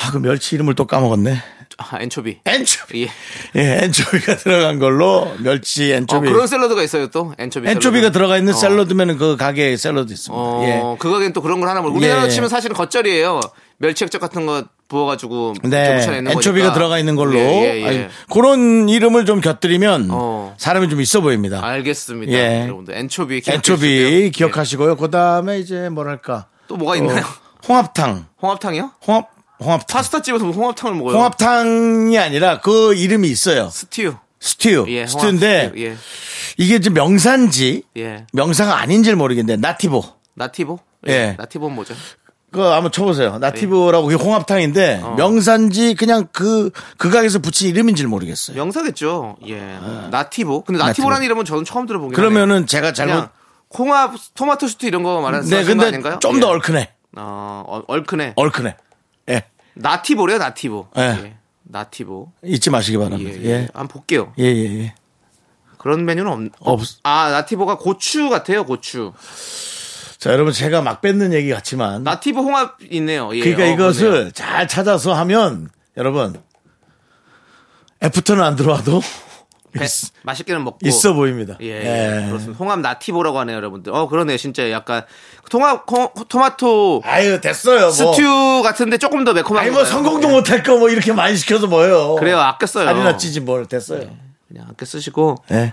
Speaker 1: 아, 그 멸치 이름을 또 까먹었네.
Speaker 2: 아, 엔초비.
Speaker 1: 엔초비.
Speaker 2: 예.
Speaker 1: 예, 엔초비가 들어간 걸로 멸치
Speaker 2: 어,
Speaker 1: 엔초비.
Speaker 2: 그런 샐러드가 있어요, 또. 엔초비.
Speaker 1: 엔초비가
Speaker 2: 샐러드.
Speaker 1: 들어가 있는
Speaker 2: 어.
Speaker 1: 샐러드면은 그 가게에 샐러드 있습니다.
Speaker 2: 어,
Speaker 1: 예.
Speaker 2: 그 가게는 또 그런 걸 하나 먹고. 우리나라
Speaker 1: 예.
Speaker 2: 치면 사실은 겉절이에요. 멸치 액젓 같은 거 부어가지고.
Speaker 1: 네,
Speaker 2: 조부차에 넣는
Speaker 1: 엔초비가
Speaker 2: 거니까.
Speaker 1: 들어가 있는 걸로
Speaker 2: 예, 예, 예.
Speaker 1: 아니, 그런 이름을 좀 곁들이면
Speaker 2: 어.
Speaker 1: 사람이 좀 있어 보입니다.
Speaker 2: 알겠습니다.
Speaker 1: 예.
Speaker 2: 여러분들 엔초비 기억해 주시고요.
Speaker 1: 엔초비
Speaker 2: 예.
Speaker 1: 기억하시고요. 그다음에 이제 뭐랄까
Speaker 2: 또 뭐가 있나요?
Speaker 1: 어, 홍합탕,
Speaker 2: 홍합탕이요?
Speaker 1: 홍합, 홍합탕,
Speaker 2: 파스타 집에서 홍합탕을 먹어요.
Speaker 1: 홍합탕이 아니라 그 이름이 있어요.
Speaker 2: 스튜.
Speaker 1: 스튜,
Speaker 2: 예, 홍합
Speaker 1: 스튜인데
Speaker 2: 스튜. 예.
Speaker 1: 이게 지금 명산지
Speaker 2: 예.
Speaker 1: 명사가 아닌지를 모르겠는데 나티보.
Speaker 2: 나티보?
Speaker 1: 예.
Speaker 2: 나티보는 뭐죠?
Speaker 1: 그 한번 쳐보세요. 나티보라고 그게 홍합탕인데
Speaker 2: 어.
Speaker 1: 명산지 그냥 그 그 가게에서 붙인 이름인지 를 모르겠어요.
Speaker 2: 명사겠죠. 예. 나티보. 근데 나티보라는
Speaker 1: 아. 나티보.
Speaker 2: 이름은 저는 처음 들어보긴
Speaker 1: 그러면은 제가
Speaker 2: 하네요.
Speaker 1: 잘못
Speaker 2: 그냥 콩합 토마토 슈트 이런 거 말하는
Speaker 1: 네,
Speaker 2: 거
Speaker 1: 근데
Speaker 2: 아닌가요?
Speaker 1: 좀 더
Speaker 2: 예.
Speaker 1: 얼큰해.
Speaker 2: 어, 얼- 얼큰해.
Speaker 1: 얼큰해. 예.
Speaker 2: 나티보래요, 나티보.
Speaker 1: 예.
Speaker 2: 나티보.
Speaker 1: 잊지 마시기
Speaker 2: 예,
Speaker 1: 바랍니다.
Speaker 2: 예.
Speaker 1: 예.
Speaker 2: 한번 볼게요.
Speaker 1: 예, 예, 예.
Speaker 2: 그런 메뉴는 없,
Speaker 1: 없.
Speaker 2: 아, 나티보가 고추 같아요, 고추.
Speaker 1: 자, 여러분 제가 막 뺏는 얘기 같지만
Speaker 2: 나티보 홍합 있네요. 예.
Speaker 1: 그러니까
Speaker 2: 어,
Speaker 1: 이것을
Speaker 2: 그러네요.
Speaker 1: 잘 찾아서 하면 여러분 애프터는 안 들어와도
Speaker 2: 배- 맛있게는 먹고
Speaker 1: 있어 보입니다.
Speaker 2: 예, 예.
Speaker 1: 네.
Speaker 2: 그렇습니다. 홍합 나티보라고 하네요, 여러분들. 어, 그러네, 진짜 약간 통합 콩- 토마토
Speaker 1: 아유, 됐어요. 뭐.
Speaker 2: 스튜 같은데 조금 더 매콤한.
Speaker 1: 아니 뭐
Speaker 2: 건가요? 예.
Speaker 1: 성공도 못 할 거 뭐 이렇게 많이 시켜서 뭐예요.
Speaker 2: 그래요, 아껴 써요.
Speaker 1: 살이나 찌지 뭘 됐어요.
Speaker 2: 그냥 아껴 쓰시고
Speaker 1: 예.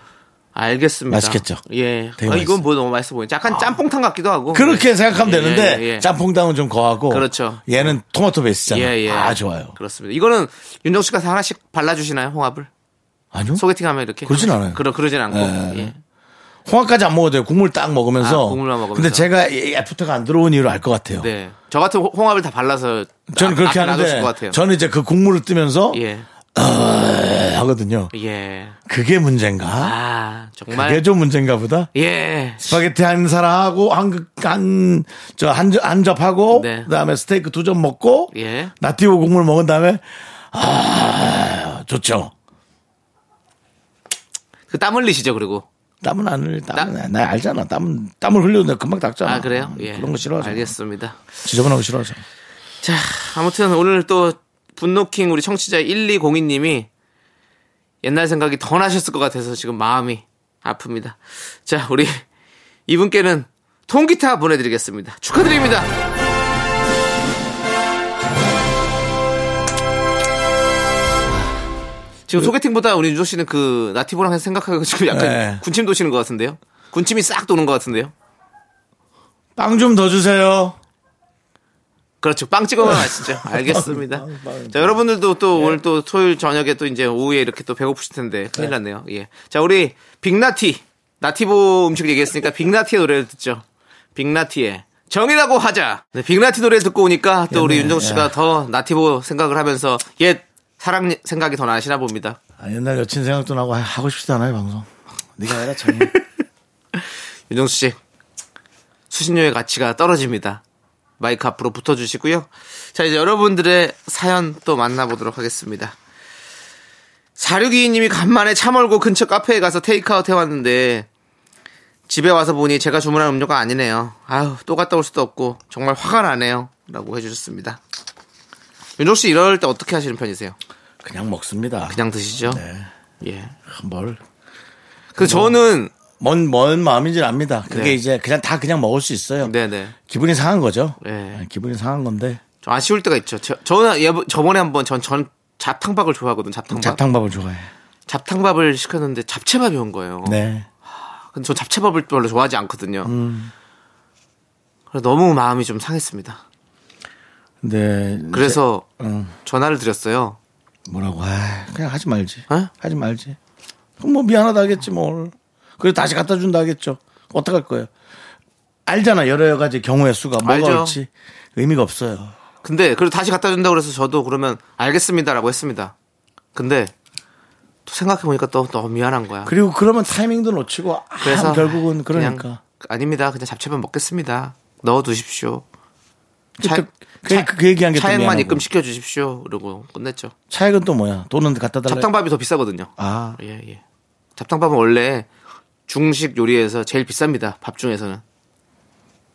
Speaker 2: 알겠습니다.
Speaker 1: 맛있겠죠?
Speaker 2: 예.
Speaker 1: 되게
Speaker 2: 아,
Speaker 1: 맛있어요.
Speaker 2: 이건
Speaker 1: 아.
Speaker 2: 뭐 너무 맛있어 보이네. 약간 짬뽕탕 같기도 하고.
Speaker 1: 그렇게 생각하면
Speaker 2: 예,
Speaker 1: 되는데
Speaker 2: 예, 예.
Speaker 1: 짬뽕당은 좀 거하고
Speaker 2: 그렇죠.
Speaker 1: 얘는 토마토 베이스잖아.
Speaker 2: 예,
Speaker 1: 요
Speaker 2: 예.
Speaker 1: 아 좋아요.
Speaker 2: 그렇습니다. 이거는 윤정 씨가 하나씩 발라주시나요, 홍합을?
Speaker 1: 아니요.
Speaker 2: 소개팅하면 이렇게.
Speaker 1: 그러진 않아요.
Speaker 2: 그러, 그러진 않고.
Speaker 1: 예.
Speaker 2: 예.
Speaker 1: 홍합까지 안 먹어도 돼요. 국물 딱 먹으면서.
Speaker 2: 아, 국물만 먹으면서.
Speaker 1: 근데 제가 이 애프터가 안 들어온 이유를 알 것 같아요.
Speaker 2: 네. 저 같은 호- 홍합을 다 발라서.
Speaker 1: 저는
Speaker 2: 앞-
Speaker 1: 그렇게
Speaker 2: 앞에 놔두실 것
Speaker 1: 하는데
Speaker 2: 같아요.
Speaker 1: 저는 이제 그 국물을 뜨면서
Speaker 2: 예.
Speaker 1: 에, 하거든요.
Speaker 2: 예.
Speaker 1: 그게 문제인가?
Speaker 2: 아, 정말.
Speaker 1: 그게 좀 문제인가 보다.
Speaker 2: 예.
Speaker 1: 스파게티 한 사라하고 한한저한 한 접하고
Speaker 2: 네.
Speaker 1: 그다음에 스테이크 두 점 먹고
Speaker 2: 예.
Speaker 1: 나티오 국물 먹은 다음에 아 좋죠.
Speaker 2: 그 땀 흘리시죠, 그리고.
Speaker 1: 땀은 안 흘리
Speaker 2: 땀?
Speaker 1: 땀은 안- 나 알잖아. 땀은 땀을 흘려도 내가 금방 닦잖아. 음,
Speaker 2: 아, 그래요? 예.
Speaker 1: 그런 거 뭐. 싫어하잖아.
Speaker 2: 알겠습니다.
Speaker 1: 지저분한 거 싫어하잖아.
Speaker 2: 자, 아무튼 오늘 또 분노킹 우리 청취자 1202님이 옛날 생각이 더 나셨을 것 같아서 지금 마음이 아픕니다. 자, 우리 이분께는 통기타 보내드리겠습니다. 축하드립니다. 지금 소개팅보다 우리 윤조 씨는 그 나티보랑 생각하고 지금 약간
Speaker 1: 그 네.
Speaker 2: 군침 도시는 것 같은데요? 군침이 싹 도는 것 같은데요?
Speaker 1: 빵 좀 더 주세요.
Speaker 2: 그렇죠. 빵 찍어 먹으면 맛있죠. 알겠습니다.
Speaker 1: 빵, 예. 빵.
Speaker 2: 자, 여러분들도 또 오늘 또 토요일 저녁에 또 이제 오후에 이렇게 또 배고프실 텐데 큰일 났네요. 예. 자, 우리 빅나티. 나티보 음식 얘기했으니까 빅나티의 노래를 듣죠. 빅나티의 정이라고 하자. 네, 빅나티 노래 듣고 오니까
Speaker 1: 예, 네,
Speaker 2: 또 우리 윤정 씨가 더 나티보 생각을 하면서 옛 사랑 생각이 더 나시나 봅니다.
Speaker 1: 아, 옛날 여친 생각도 나고 하- 하고 싶지도 않아요 방송. 네가 해라 참.
Speaker 2: 윤정수 씨 수신료의 가치가 떨어집니다. 마이크 앞으로 붙어주시고요. 자 이제 여러분들의 사연 또 만나보도록 하겠습니다. 4622님이 간만에 차 멀고 근처 카페에 가서 테이크아웃 해왔는데 집에 와서 보니 제가 주문한 음료가 아니네요. 아유 또 갔다 올 수도 없고 정말 화가 나네요. 라고 해주셨습니다. 윤정 씨 이럴 때 어떻게 하시는 편이세요?
Speaker 1: 그냥 먹습니다.
Speaker 2: 그냥 드시죠?
Speaker 1: 네.
Speaker 2: 예.
Speaker 1: 뭘.
Speaker 2: 그 저는
Speaker 1: 뭔, 뭔 마음인지 압니다. 그게
Speaker 2: 네.
Speaker 1: 이제 그냥 다 그냥 먹을 수 있어요.
Speaker 2: 네네.
Speaker 1: 기분이 상한 거죠.
Speaker 2: 네.
Speaker 1: 네, 기분이 상한 건데.
Speaker 2: 좀 아쉬울 때가 있죠. 저, 저는 예, 저번에 한번 전, 전 잡탕밥을 좋아하거든. 잡탕밥.
Speaker 1: 잡탕밥을 좋아해.
Speaker 2: 잡탕밥. 을 시켰는데 잡채밥이 온 거예요.
Speaker 1: 네.
Speaker 2: 근데 전 잡채밥을 음. 별로 좋아하지 않거든요. 그래서 너무 마음이 좀 상했습니다.
Speaker 1: 네.
Speaker 2: 그래서 전화를 드렸어요.
Speaker 1: 뭐라고? 아, 그냥 하지 말지.
Speaker 2: 어?
Speaker 1: 하지 말지. 그럼 뭐 미안하다 하겠지 뭘. 그리고 다시 갖다 준다 하겠죠. 어떡할 거예요? 알잖아 여러 가지 경우의 수가 뭐가
Speaker 2: 알죠.
Speaker 1: 옳지 의미가 없어요.
Speaker 2: 근데 그리고 다시 갖다 준다 그래서 저도 그러면 알겠습니다라고 했습니다. 근데 또 생각해 보니까 또 너무 미안한 거야.
Speaker 1: 그리고 그러면 타이밍도 놓치고 아,
Speaker 2: 그래서
Speaker 1: 결국은
Speaker 2: 그냥
Speaker 1: 그러니까
Speaker 2: 아닙니다. 그냥 잡채만 먹겠습니다. 넣어 두십시오.
Speaker 1: 그때 그, 그, 얘기한 게
Speaker 2: 차액만
Speaker 1: 차액만
Speaker 2: 입금 시켜 주십시오. 그러고 끝냈죠.
Speaker 1: 차액은 또 뭐야? 돈은 갖다 달라.
Speaker 2: 잡탕밥이 더 비싸거든요.
Speaker 1: 아
Speaker 2: 예, 예. 잡탕밥은 원래 중식 요리에서 제일 비쌉니다. 밥 중에서는.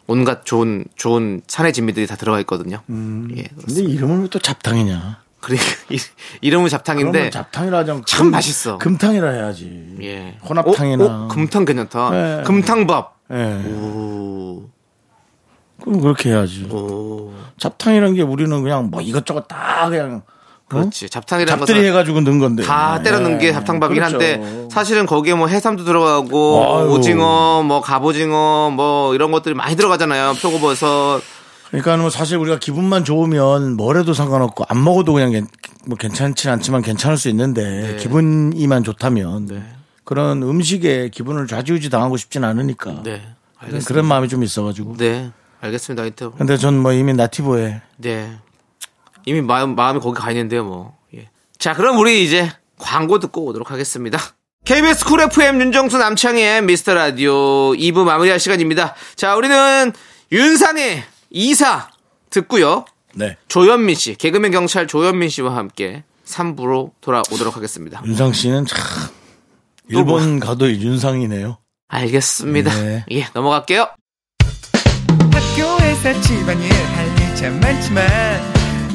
Speaker 2: 온갖 좋은 좋은 산의 진미들이 다 들어가 있거든요.
Speaker 1: 음.
Speaker 2: 예. 그렇습니다.
Speaker 1: 근데 이름을 왜 또 잡탕이냐?
Speaker 2: 그래 이름은 잡탕인데
Speaker 1: 그러면 잡탕이라 하자면
Speaker 2: 참 맛있어.
Speaker 1: 금탕이라 해야지.
Speaker 2: 예.
Speaker 1: 혼합탕이나.
Speaker 2: 어? 어? 금탕 괜찮다.
Speaker 1: 예.
Speaker 2: 금탕밥.
Speaker 1: 예.
Speaker 2: 오.
Speaker 1: 그럼 그렇게 해야지.
Speaker 2: 어. 오.
Speaker 1: 어? 잡탕이라는 게 우리는 그냥 뭐 이것저것 다 그냥 어?
Speaker 2: 그렇지. 잡탕이라는
Speaker 1: 잡들이
Speaker 2: 것은
Speaker 1: 해가지고 넣은 건데
Speaker 2: 다 때려 넣은 게 잡탕밥이긴
Speaker 1: 네. 그렇죠.
Speaker 2: 한데 사실은 거기에 뭐 해삼도 들어가고
Speaker 1: 아유.
Speaker 2: 오징어, 뭐 갑오징어, 뭐 이런 것들이 많이 들어가잖아요. 표고버섯.
Speaker 1: 그러니까 뭐 사실 우리가 기분만 좋으면 뭐래도 상관없고 안 먹어도 그냥 괜- 뭐 괜찮진 않지만 괜찮을 수
Speaker 2: 네.
Speaker 1: 있는데 기분이만 좋다면 그런 음식에 기분을 좌지우지 당하고 싶진 않으니까
Speaker 2: 네.
Speaker 1: 그런-
Speaker 2: 알겠습니다.
Speaker 1: 그런 마음이 좀 있어가지고
Speaker 2: 네. 알겠습니다. 하여튼
Speaker 1: 근데 전 뭐 이미 나티보에
Speaker 2: 네. 이미 마음, 마음이 거기 가 있는데요, 뭐. 예. 자, 그럼 우리 이제 광고 듣고 오도록 하겠습니다. KBS 쿨 FM 윤정수 남창의 미스터 라디오 2부 마무리할 시간입니다. 자, 우리는 윤상의 이사 듣고요.
Speaker 1: 네
Speaker 2: 조현민 씨, 개그맨 경찰 조현민 씨와 함께 3부로 돌아오도록 하겠습니다.
Speaker 1: 윤상 씨는 참
Speaker 2: 또 뭐-
Speaker 1: 일본 가도 윤상이네요.
Speaker 2: 알겠습니다.
Speaker 1: 네.
Speaker 2: 예, 넘어갈게요.
Speaker 6: 학교에서 집안일 할 일 참 많지만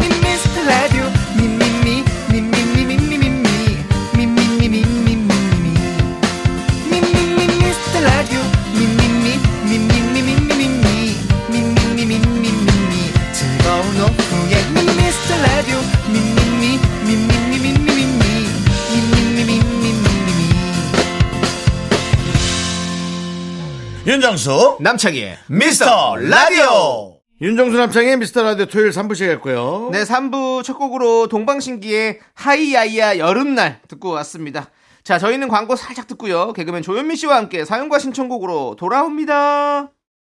Speaker 6: 미스터 라디오 미미미 미미미 미미미 미미미 미미미 미미미
Speaker 1: 윤정수
Speaker 2: 남창희의
Speaker 1: 미스터 라디오 윤정수 남창의 미스터 라디오 토요일 3부 시작했고요.
Speaker 2: 네, 3부 첫 곡으로 동방신기의 하이야이야 여름날 듣고 왔습니다. 자, 저희는 광고 살짝 듣고요. 개그맨 조현민 씨와 함께 사연과 신청곡으로 돌아옵니다.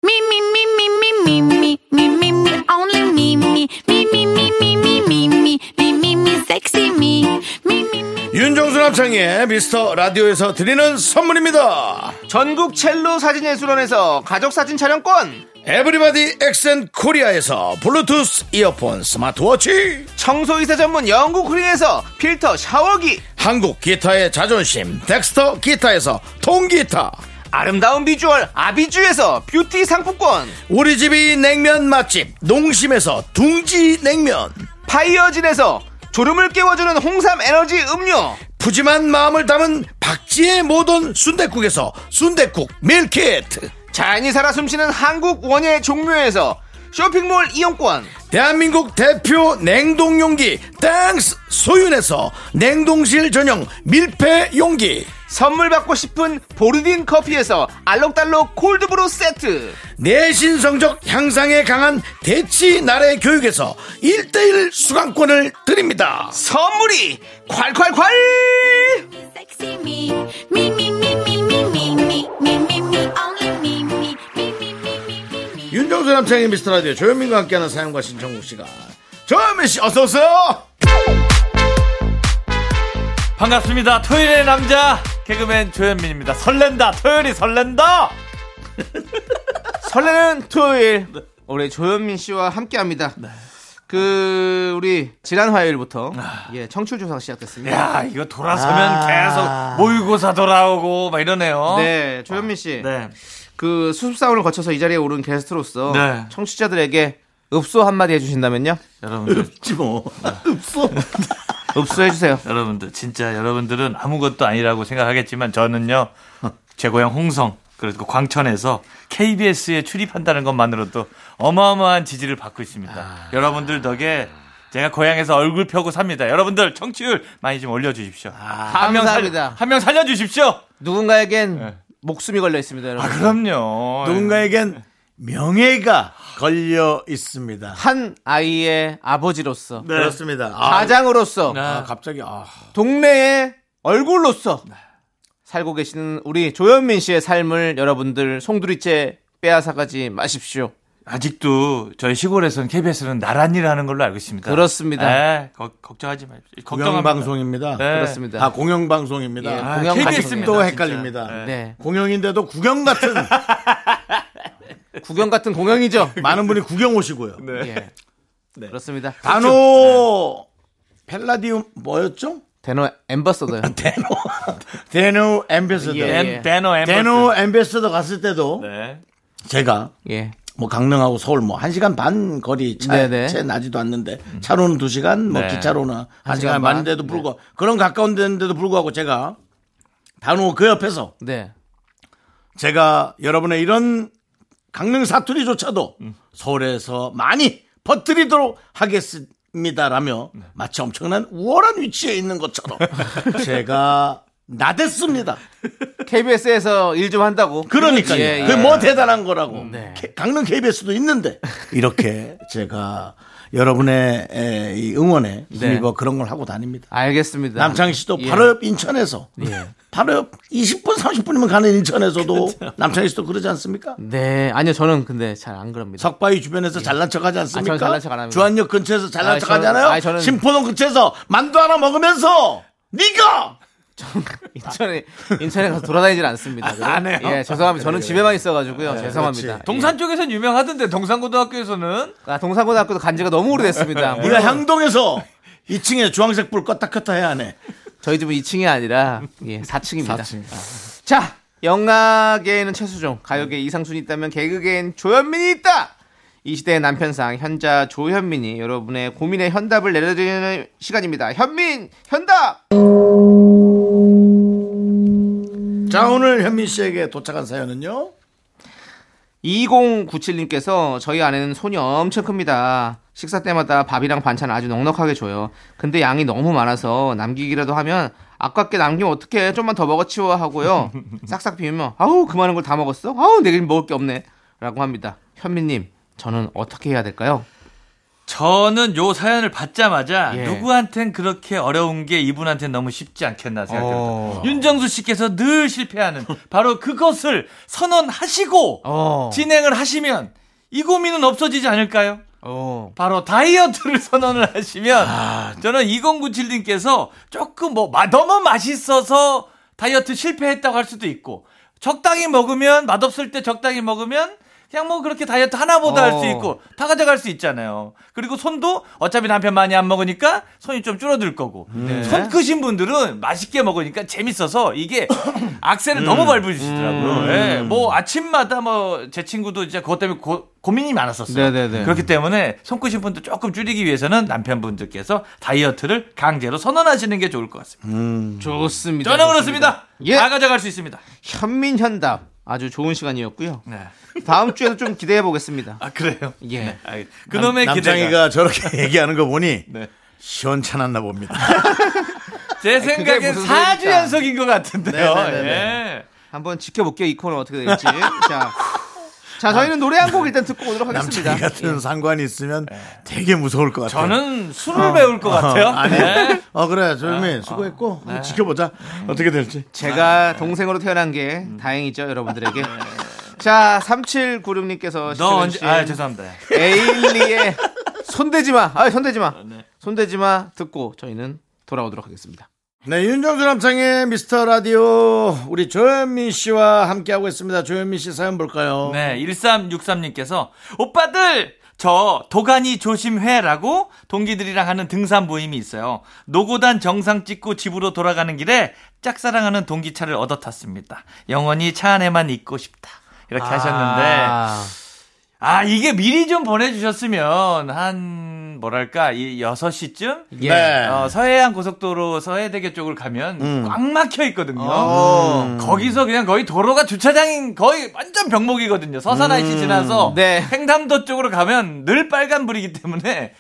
Speaker 5: Me, me, me, me, me, me, me, me, me, me, only me, me, me, me, me, me, me, me, me, me, me, me, sexy me, me, me, me.
Speaker 1: 윤정수 남창의 미스터 라디오에서 드리는 선물입니다.
Speaker 2: 전국 첼로 사진예술원에서 가족사진 촬영권,
Speaker 1: 에브리바디 엑센 코리아에서 블루투스 이어폰 스마트워치
Speaker 2: 청소이사 전문 영국 크린에서 필터 샤워기,
Speaker 1: 한국 기타의 자존심 덱스터 기타에서 통기타
Speaker 2: 아름다운 비주얼 아비주에서 뷰티 상품권,
Speaker 1: 우리 집이 냉면 맛집 농심에서 둥지 냉면
Speaker 2: 파이어진에서 졸음을 깨워주는 홍삼 에너지 음료,
Speaker 1: 푸짐한 마음을 담은 박지의 모던 순댓국에서순댓국 밀키트
Speaker 2: 자연이 살아 숨쉬는 한국 원예 종묘에서 쇼핑몰 이용권,
Speaker 1: 대한민국 대표 냉동용기 땡스 소윤에서 냉동실 전용 밀폐 용기
Speaker 2: 선물 받고 싶은 보르딘 커피에서 알록달록 콜드브루 세트
Speaker 1: 내신 성적 향상에 강한 대치 나래 교육에서 1대1 수강권을 드립니다.
Speaker 2: 선물이 콸콸콸
Speaker 5: sexy me, me, me, me, me, me, me, me, me, me, me, only me, me, me, me, me, me, me, me.
Speaker 1: 윤정수 남창의 미스터라디오 조현민과 함께하는 사연과 신청국 시간. 조현민 씨 어서 오세요.
Speaker 7: 반갑습니다. 토요일의 남자 개그맨 조현민입니다. 설렌다. 토요일이 설렌다.
Speaker 2: 설레는 토요일
Speaker 7: 네.
Speaker 2: 우리 조현민 씨와 함께합니다 그 우리 지난 화요일부터
Speaker 7: 아.
Speaker 2: 예 청출 조사 시작됐습니다
Speaker 7: 야 이거 돌아서면 계속 모의고사 돌아오고 막 이러네요.
Speaker 2: 네 조현민
Speaker 7: 어? 네.
Speaker 2: 씨그 수습사원을 거쳐서 이 자리에 오른 게스트로서
Speaker 7: 네.
Speaker 2: 청취자들에게 읍소 한마디 해주신다면요
Speaker 7: 여러분들
Speaker 2: 읍소 해주세요
Speaker 7: 여러분들 진짜 여러분들은 아무것도 아니라고 생각하겠지만 저는요 제 고향 홍성 그리고 광천에서
Speaker 1: 아.
Speaker 7: KBS에 출입한다는 것만으로도 어마어마한 지지를 받고 있습니다. 여러분들 덕에 제가 고향에서 얼굴 펴고 삽니다. 여러분들 청취율 많이 좀 올려주십시오.
Speaker 1: 아,
Speaker 2: 아,
Speaker 7: 한명
Speaker 2: 감사합니다.
Speaker 7: 한명 살려주십시오.
Speaker 2: 누군가에겐
Speaker 7: 네.
Speaker 2: 목숨이 걸려 있습니다, 여러분.
Speaker 7: 아, 그럼요.
Speaker 1: 누군가에겐 명예가 걸려 있습니다.
Speaker 2: 한 아이의 네. 아버지로서
Speaker 7: 네.
Speaker 1: 그렇습니다. 아,
Speaker 2: 가장으로서
Speaker 1: 아, 갑자기 아,
Speaker 2: 동네의 얼굴로서
Speaker 1: 네.
Speaker 2: 살고 계시는 우리 조현민 씨의 삶을 여러분들 송두리째 빼앗아가지 마십시오.
Speaker 7: 아직도 저희 시골에선 KBS는 나란히를 하는 걸로 알고 있습니다.
Speaker 2: 그렇습니다.
Speaker 7: 네, 거- 걱정하지 마십시오. 걱정합니다.
Speaker 1: 공영방송입니다.
Speaker 7: 네.
Speaker 2: 그렇습니다.
Speaker 1: 아 공영방송입니다.
Speaker 2: 예,
Speaker 1: 아,
Speaker 2: 공영
Speaker 7: KBS
Speaker 2: 방송입니다,
Speaker 1: 또
Speaker 2: 진짜.
Speaker 1: 헷갈립니다.
Speaker 2: 네.
Speaker 1: 공영인데도 구경 같은
Speaker 2: 구경 같은 공연이죠.
Speaker 1: 많은 분이 구경 오시고요.
Speaker 2: 예.
Speaker 1: 네.
Speaker 2: 그렇습니다. 아,
Speaker 1: 단호 펠라디움 뭐였죠?
Speaker 2: 대노 엠버서더요.
Speaker 1: 데노 데노 앰베서더
Speaker 2: 예,
Speaker 7: 엠-
Speaker 2: 예.
Speaker 7: 배너 엠버스.
Speaker 1: 데노 앰베서더 갔을 때도
Speaker 7: 네.
Speaker 1: 제가
Speaker 2: 예.
Speaker 1: 뭐 강릉하고 서울 뭐 1시간 반 거리 차에
Speaker 2: 네네.
Speaker 1: 채 나지도 않는데 차로는 2시간 뭐
Speaker 7: 네.
Speaker 1: 기차로는 1시간
Speaker 2: 시간 반.
Speaker 1: 반인데도 불구하고 그런 가까운 데인데도 불구하고 제가 단호 그 옆에서
Speaker 2: 네.
Speaker 1: 제가 여러분의 이런 강릉 사투리조차도 서울에서 많이 퍼뜨리도록 하겠습니다라며 마치 엄청난 우월한 위치에 있는 것처럼 제가 나댔습니다.
Speaker 2: KBS에서 일 좀 한다고.
Speaker 1: 그러니까요.
Speaker 2: 예, 예.
Speaker 1: 그게 뭐 대단한 거라고.
Speaker 2: 네.
Speaker 1: K- 강릉 KBS도 있는데 이렇게 제가 여러분의 에, 이 응원에 힘입어 그런 걸 하고 다닙니다.
Speaker 2: 알겠습니다.
Speaker 1: 남창희 씨도
Speaker 2: 네. 예.
Speaker 1: 바로 옆 인천에서 바로 옆 20분 30분이면 가는 인천에서도
Speaker 2: 그렇죠.
Speaker 1: 남창희 씨도 그러지 않습니까?
Speaker 2: 네. 아니요. 저는 근데 잘 안 그럽니다.
Speaker 1: 석바위 주변에서 잘난 척하지 않습니까?
Speaker 2: 아, 저는 잘난 척안 합니다.
Speaker 1: 주한역 근처에서 잘난
Speaker 2: 아, 저는-
Speaker 1: 척하잖아요.
Speaker 2: 아, 저는-
Speaker 1: 신포동 근처에서 만두 하나 먹으면서 네가
Speaker 2: 인천에 인천에 가서 돌아다니질 않습니다.
Speaker 1: 안 해요? 아, 네.
Speaker 2: 예, 죄송합니다. 저는 집에만 있어가지고요. 죄송합니다.
Speaker 1: 그렇지.
Speaker 7: 동산 쪽에선 유명하던데 동산고등학교에서는
Speaker 2: 예. 아, 동산고등학교도 간 지가 너무 오래됐습니다.
Speaker 1: 네가
Speaker 2: 물론
Speaker 1: 향동에서 2층에 주황색 불 껐다 켰다 해야 하네.
Speaker 2: 저희 집은 2층이 아니라 예, 4층입니다. 자, 영화계에는 최수종, 가요계 이상순이 있다면 개그계엔 조현민이 있다. 이 시대의 남편상 현자 조현민이 여러분의 고민의 현답을 내려드리는 시간입니다. 현민 현답.
Speaker 1: 자 오늘 현민 씨에게 도착한 사연은요.
Speaker 2: 2097님께서 저희 아내는 손이 엄청 큽니다. 식사 때마다 밥이랑 반찬 아주 넉넉하게 줘요. 근데 양이 너무 많아서 남기기라도 하면 아깝게 남기면 어떡해. 좀만 더 먹어 치워 하고요. 싹싹 비우면 아우 그만한 걸 다 먹었어. 아우 내겐 먹을 게 없네. 라고 합니다. 현미님 저는 어떻게 해야 될까요?
Speaker 7: 저는 요 사연을 받자마자
Speaker 2: 예.
Speaker 7: 누구한텐 그렇게 어려운 게 이분한텐 너무 쉽지 않겠나
Speaker 2: 어.
Speaker 7: 생각합니다. 윤정수 씨께서 늘 실패하는 바로 그것을 선언하시고
Speaker 2: 어.
Speaker 7: 진행을 하시면 이 고민은 없어지지 않을까요?
Speaker 2: 어.
Speaker 7: 바로 다이어트를 선언을 하시면 저는 2097님께서 조금 뭐 마- 너무 맛있어서 다이어트 실패했다고 할 수도 있고 적당히 먹으면 맛없을 때 적당히 먹으면 그냥 뭐 그렇게 다이어트 하나보다 할 수
Speaker 2: 어.
Speaker 7: 있고 다 가져갈 수 있잖아요. 그리고 손도 어차피 남편 많이 안 먹으니까 손이 좀 줄어들 거고 손 크신 분들은 맛있게 먹으니까 재밌어서 이게 악셀을 너무 밟으시더라고요. 예, 뭐 아침마다 뭐 제 친구도 진짜 그것 때문에 고, 고민이 많았었어요.
Speaker 2: 네네네.
Speaker 7: 그렇기 때문에 손끄신 분들 조금 줄이기 위해서는 남편분들께서 다이어트를 강제로 선언하시는 게 좋을 것 같습니다.
Speaker 2: 음, 좋습니다.
Speaker 7: 저는 그렇습니다.
Speaker 2: 예.
Speaker 7: 다 가져갈 수 있습니다.
Speaker 2: 현민 현답 아주 좋은 시간이었고요.
Speaker 7: 네.
Speaker 2: 다음 주에도 좀 기대해 보겠습니다.
Speaker 7: 아 그래요?
Speaker 2: 예.
Speaker 7: 네, 알겠- 그놈의 기대가
Speaker 1: 남창희가 저렇게 얘기하는 거 보니
Speaker 7: 네.
Speaker 1: 시원찮았나 봅니다.
Speaker 7: 제
Speaker 2: 그게
Speaker 7: 생각엔 4주
Speaker 2: 무슨 소리입니까? 네,
Speaker 7: 연속인 것 같은데요. 예.
Speaker 2: 한번 지켜볼게요. 이 코너 어떻게 될지. 자, 자 저희는 노래 한 곡 일단 듣고 오도록 하겠습니다.
Speaker 1: 남창희 같은 상관이 있으면 되게 무서울 것 같아요.
Speaker 7: 저는 술을
Speaker 2: 어.
Speaker 7: 배울 것 같아요.
Speaker 1: 아니.
Speaker 7: 네.
Speaker 1: 어 그래 조현민 수고했고 한번 지켜보자 어떻게 될지.
Speaker 2: 제가 동생으로 태어난 게 다행이죠, 여러분들에게. 자, 3796님께서
Speaker 7: 너 언제? 아
Speaker 2: 시청해주신
Speaker 7: 죄송합니다.
Speaker 2: 에일리의 손대지마, 아 손대지마,
Speaker 7: 네.
Speaker 2: 손대지마 듣고 저희는 돌아오도록 하겠습니다.
Speaker 1: 네 윤정수 남창의 미스터 라디오 우리 조현민 씨와 함께하고 있습니다. 조현민 씨 사연 볼까요?
Speaker 7: 네, 1363님께서 오빠들 저 도가니 조심회라고 동기들이랑 하는 등산 모임이 있어요. 노고단 정상 찍고 집으로 돌아가는 길에 짝사랑하는 동기차를 얻어 탔습니다. 영원히 차 안에만 있고 싶다. 이렇게 하셨는데
Speaker 2: 아,
Speaker 7: 아, 이게 미리 좀 보내 주셨으면 한 뭐랄까? 이 6시쯤
Speaker 2: 예.
Speaker 1: 네.
Speaker 7: 어, 서해안 고속도로 서해대교 쪽을 가면
Speaker 2: 음.
Speaker 7: 꽉 막혀 있거든요.
Speaker 2: 어.
Speaker 7: 거기서 그냥 거의 도로가 주차장인 거의 완전 병목이거든요. 서산IC 지나서
Speaker 2: 음. 네.
Speaker 7: 횡담도 쪽으로 가면 늘 빨간 불이기 때문에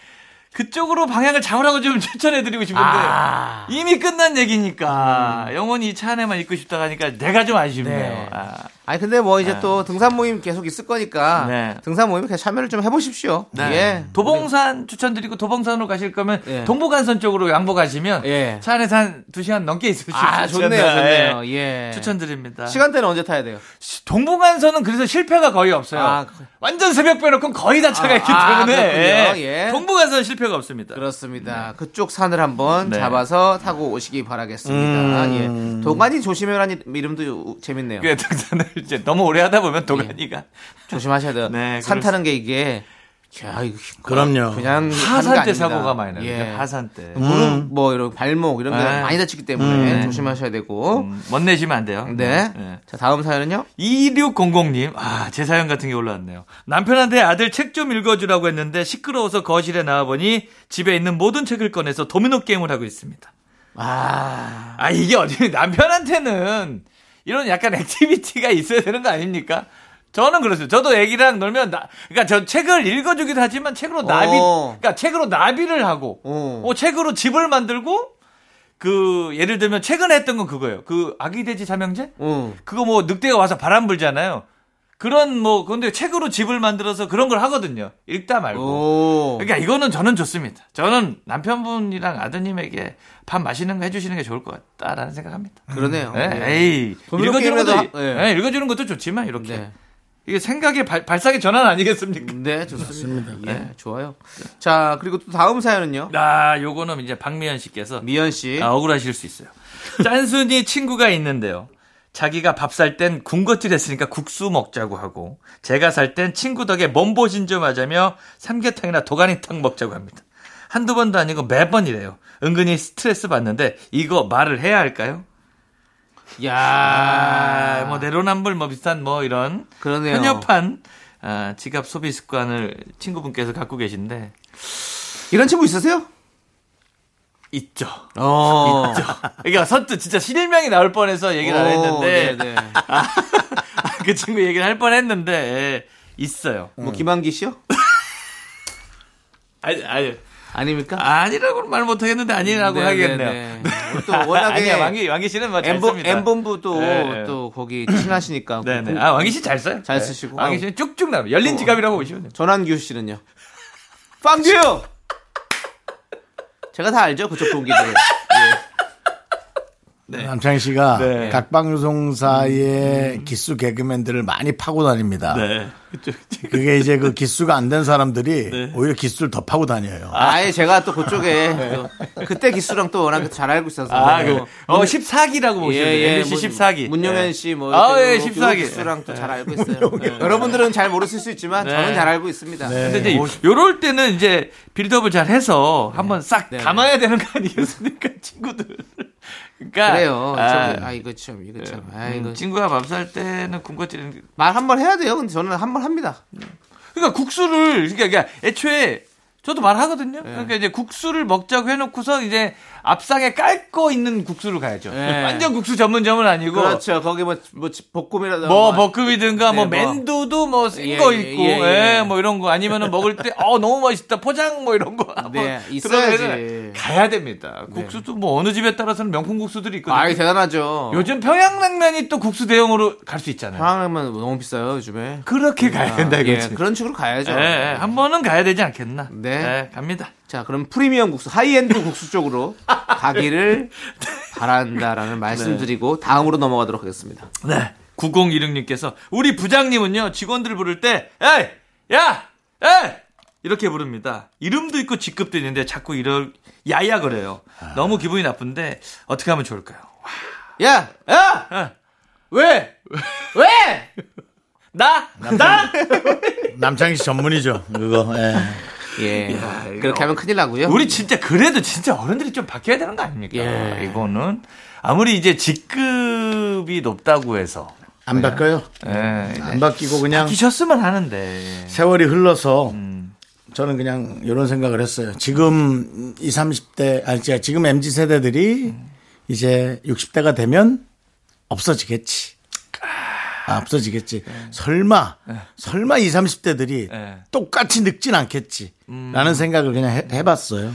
Speaker 7: 그쪽으로 방향을 잡으라고 좀 추천해드리고 싶은데
Speaker 2: 아. 음.
Speaker 7: 이미 끝난 얘기니까 영원히 이 차 안에만 있고 싶다 하니까 내가 좀 아쉽네요.
Speaker 2: 네.
Speaker 7: 아.
Speaker 2: 아니 근데 뭐 이제 또 등산 모임 계속 있을 거니까
Speaker 7: 네.
Speaker 2: 등산 모임에 계속 참여를 좀 해보십시오. 예.
Speaker 7: 도봉산 추천드리고 도봉산으로 가실 거면
Speaker 2: 예.
Speaker 7: 동부간선 쪽으로 양보 가시면
Speaker 2: 예.
Speaker 7: 차 안에서 한 2시간 넘게 있을 수 있어요.
Speaker 2: 아 좋네요, 좋네요. 예.
Speaker 7: 추천드립니다.
Speaker 2: 시간대는 언제 타야 돼요?
Speaker 7: 동부간선은 그래서 실패가 거의 없어요.
Speaker 2: 아,
Speaker 7: 완전 새벽 빼놓고 거의 다 차가
Speaker 2: 아,
Speaker 7: 있기
Speaker 2: 아,
Speaker 7: 때문에
Speaker 2: 그렇군요. 예.
Speaker 7: 동부간선 실패가 없습니다.
Speaker 2: 그렇습니다. 그쪽 산을 한번
Speaker 7: 네. 음.
Speaker 2: 잡아서 타고 오시기 바라겠습니다. 예. 도가니 조심해라는 이름도 재밌네요.
Speaker 7: 꽤 등산을 이제 너무 오래 하다
Speaker 2: 예.
Speaker 7: 보면 도가니가
Speaker 2: 조심하셔야 돼요.
Speaker 7: 네,
Speaker 2: 산
Speaker 7: 그렇습니다.
Speaker 2: 타는 게 이게 야, 이거
Speaker 1: 그럼요.
Speaker 2: 그냥
Speaker 7: 음.
Speaker 2: 하는
Speaker 7: 하산
Speaker 2: 게
Speaker 7: 때
Speaker 2: 아닙니다.
Speaker 7: 사고가 많이 나요.
Speaker 2: 예.
Speaker 7: 하산 때.
Speaker 2: 무릎 뭐 이런 발목 이런 게
Speaker 7: 네.
Speaker 2: 많이 다치기 때문에
Speaker 7: 음.
Speaker 2: 조심하셔야 되고.
Speaker 7: 음, 멋내시면 안 돼요.
Speaker 2: 네.
Speaker 7: 예.
Speaker 2: 자, 다음 사연은요?
Speaker 7: 2600님, 아, 제 사연 같은 게 올라왔네요. 남편한테 아들 책 좀 읽어주라고 했는데 시끄러워서 거실에 나와보니 집에 있는 모든 책을 꺼내서 도미노 게임을 하고 있습니다.
Speaker 2: 아.
Speaker 7: 아, 이게 어디, 남편한테는 이런 약간 액티비티가 있어야 되는 거 아닙니까? 저는 그렇습니다. 저도 애기랑 놀면, 나, 그러니까 저 책을 읽어주기도 하지만 책으로 나비,
Speaker 2: 어.
Speaker 7: 그러니까 책으로 나비를 하고,
Speaker 2: 어.
Speaker 7: 어, 책으로 집을 만들고, 그, 예를 들면 최근에 했던 건 그거예요. 그, 아기돼지 삼형제?
Speaker 2: 응.
Speaker 7: 그거 뭐 늑대가 와서 바람 불잖아요. 그런 뭐 근데 책으로 집을 만들어서 그런 걸 하거든요. 읽다 말고.
Speaker 2: 오.
Speaker 7: 그러니까 이거는 저는 좋습니다. 저는 남편분이랑 아드님에게 밥 맛있는 거 해주시는 게 좋을 것 같다라는 생각합니다.
Speaker 2: 그러네요.
Speaker 7: 네,
Speaker 2: 예.
Speaker 7: 에이
Speaker 2: 도미노
Speaker 7: 읽어주는 것도
Speaker 2: 게임이라도 하- 예.
Speaker 7: 예, 읽어주는 것도 좋지만 이렇게
Speaker 2: 네.
Speaker 7: 이게 생각의 발, 발상의 전환 아니겠습니까?
Speaker 2: 네, 좋습니다. 예, 좋아요. 자, 그리고 또 다음 사연은요?
Speaker 7: 아 요거는 이제 박미연 씨께서
Speaker 2: 미연 씨.
Speaker 7: 아, 억울하실 수 있어요. 짠순이 친구가 있는데요. 자기가 밥 살 땐 군것질 했으니까 국수 먹자고 하고 제가 살 땐 친구 덕에 몸보신 좀 하자며 삼계탕이나 도가니탕 먹자고 합니다. 한두 번도 아니고 매번 이래요. 은근히 스트레스 받는데 이거 말을 해야 할까요? 야, 뭐 내로남불 뭐 비슷한 뭐 이런
Speaker 2: 아. 그러네요.
Speaker 7: 편협한 아, 지갑 소비 습관을 친구분께서 갖고 계신데
Speaker 2: 이런 친구 있으세요?
Speaker 7: 있죠.
Speaker 2: 어.
Speaker 7: 있죠. 그러니까 선뜻 진짜 실명이 나올 뻔해서 얘기를 안 했는데 아,
Speaker 2: 네, 네.
Speaker 7: 그 친구 얘기를 할 뻔했는데 예, 있어요.
Speaker 2: 뭐 김한기 씨요?
Speaker 7: 아니 아니
Speaker 2: 아닙니까?
Speaker 7: 아니라고 말 못하겠는데 아니라고
Speaker 2: 네,
Speaker 7: 하겠네요.
Speaker 2: 네, 네. 우리 또 워낙에
Speaker 7: 아니야 왕기 왕기 씨는 뭐
Speaker 2: 엠본
Speaker 7: 잘씁니다.
Speaker 2: 엠본부도
Speaker 7: 예, 예.
Speaker 2: 또 거기 친하시니까.
Speaker 7: 네네.
Speaker 2: 그-
Speaker 7: 아 왕기 씨 잘 어. 써요.
Speaker 2: 잘
Speaker 7: 네.
Speaker 2: 쓰시고.
Speaker 7: 왕기 씨는 쭉쭉 나와. 열린 지갑이라고 보시면 돼요.
Speaker 2: 전환규 씨는요? 빵규요. 제가 다 알죠 그쪽 동기들. 예.
Speaker 1: 남창희 씨가
Speaker 7: 네.
Speaker 1: 각 방송사의 기수 개그맨들을 많이 파고 다닙니다.
Speaker 7: 네. 그쪽
Speaker 1: 그게 이제 그 기수가 안 된 사람들이 오히려 기수를 더 파고 다녀요.
Speaker 2: 아예 제가 또 그쪽에 또 그때 기수랑 또 워낙 잘 알고 있어서. 뭐
Speaker 7: 아,
Speaker 2: 또
Speaker 7: 그, 어, 예, 14기라고 보시면 돼요. MBC 14기.
Speaker 2: 예, 문용현 씨, 뭐,
Speaker 7: 아, 예, 14기.
Speaker 2: 14기. 기수랑 또 잘 알고 있어요. 예. 여러분들은 잘 모르실 수 있지만,
Speaker 7: 네.
Speaker 2: 저는 잘 알고 있습니다.
Speaker 7: 근데 이제 요럴 때는 이제 빌드업을 잘 해서 한번 싹
Speaker 2: 네, 네.
Speaker 7: 감아야 되는 거 아니겠습니까, 친구들. 그러니까
Speaker 2: 그래요.
Speaker 7: 아,
Speaker 2: 아, 이거 참, 이거 참. 아,
Speaker 7: 음,
Speaker 2: 이거.
Speaker 7: 친구가 밥 살 때는 군것질은
Speaker 2: 말 한 번 해야 돼요. 근데 저는 한 번 합니다.
Speaker 7: 그러니까 국수를 그러니까, 그러니까 애초에 저도 말하거든요.
Speaker 2: 네.
Speaker 7: 그러니까 이제 국수를 먹자고 해놓고서 이제 앞상에 깔고 있는 국수를 가야죠.
Speaker 2: 네.
Speaker 7: 완전 국수 전문점은 아니고
Speaker 2: 그렇죠. 거기 뭐, 뭐, 볶음이라든가.
Speaker 7: 뭐 볶음이든가 뭐
Speaker 2: 네, 뭐.
Speaker 7: 맨두도 뭐 센
Speaker 2: 예,
Speaker 7: 거
Speaker 2: 예,
Speaker 7: 있고
Speaker 2: 예, 예.
Speaker 7: 예, 뭐 이런 거 아니면은 먹을 때 어 너무 맛있다 포장 뭐 이런 거 한번
Speaker 2: 네,
Speaker 7: 들어가면은
Speaker 2: 있어야지. 네.
Speaker 7: 가야 됩니다. 국수도 뭐 어느 집에 따라서는 명품 국수들이 있거든요.
Speaker 2: 아이, 대단하죠.
Speaker 7: 요즘 평양냉면이 또 국수 대용으로 갈 수 있잖아요.
Speaker 2: 화랑면 뭐 너무 비싸요, 요즘에.
Speaker 7: 그렇게 가야 된다
Speaker 2: 예,
Speaker 7: 아, 이거지.
Speaker 2: 그런 식으로 가야죠.
Speaker 7: 예, 예, 한 번은 가야 되지 않겠나.
Speaker 2: 네.
Speaker 7: 예, 갑니다.
Speaker 2: 자, 그럼 프리미엄 국수, 하이엔드 국수 쪽으로 가기를 바란다라는 말씀드리고 다음으로 넘어가도록 하겠습니다.
Speaker 7: 네. 9016님께서 우리 부장님은요 직원들 부를 때 에이 야 에이 이렇게 부릅니다. 이름도 있고 직급도 있는데 자꾸 이럴 야야거려요. 너무 기분이 나쁜데 어떻게 하면 좋을까요?
Speaker 2: 야, 야,
Speaker 7: 왜?
Speaker 2: 왜?
Speaker 7: 나? 나?
Speaker 1: 남창희 씨 전문이죠. 그거. 예.
Speaker 2: 예, 그렇게 하면 큰일 나고요.
Speaker 7: 우리 진짜 그래도 진짜 어른들이 좀 바뀌어야 되는 거 아닙니까?
Speaker 2: 예.
Speaker 7: 이거는 아무리 이제 직급이 높다고 해서
Speaker 1: 안 바꿔요.
Speaker 7: 예.
Speaker 1: 안 네. 바뀌고 음. 그냥
Speaker 7: 바뀌셨으면 하는데
Speaker 1: 세월이 흘러서 저는 그냥 이런 생각을 했어요. 지금 20, 30대, 아니, 진짜 지금 MZ 음. 세대들이 이제 60대가 되면 없어지겠지. 아, 없어지겠지. 설마, 설마 20, 30대들이
Speaker 7: 네.
Speaker 1: 똑같이 늙진 않겠지. 라는 생각을 그냥 해, 봤어요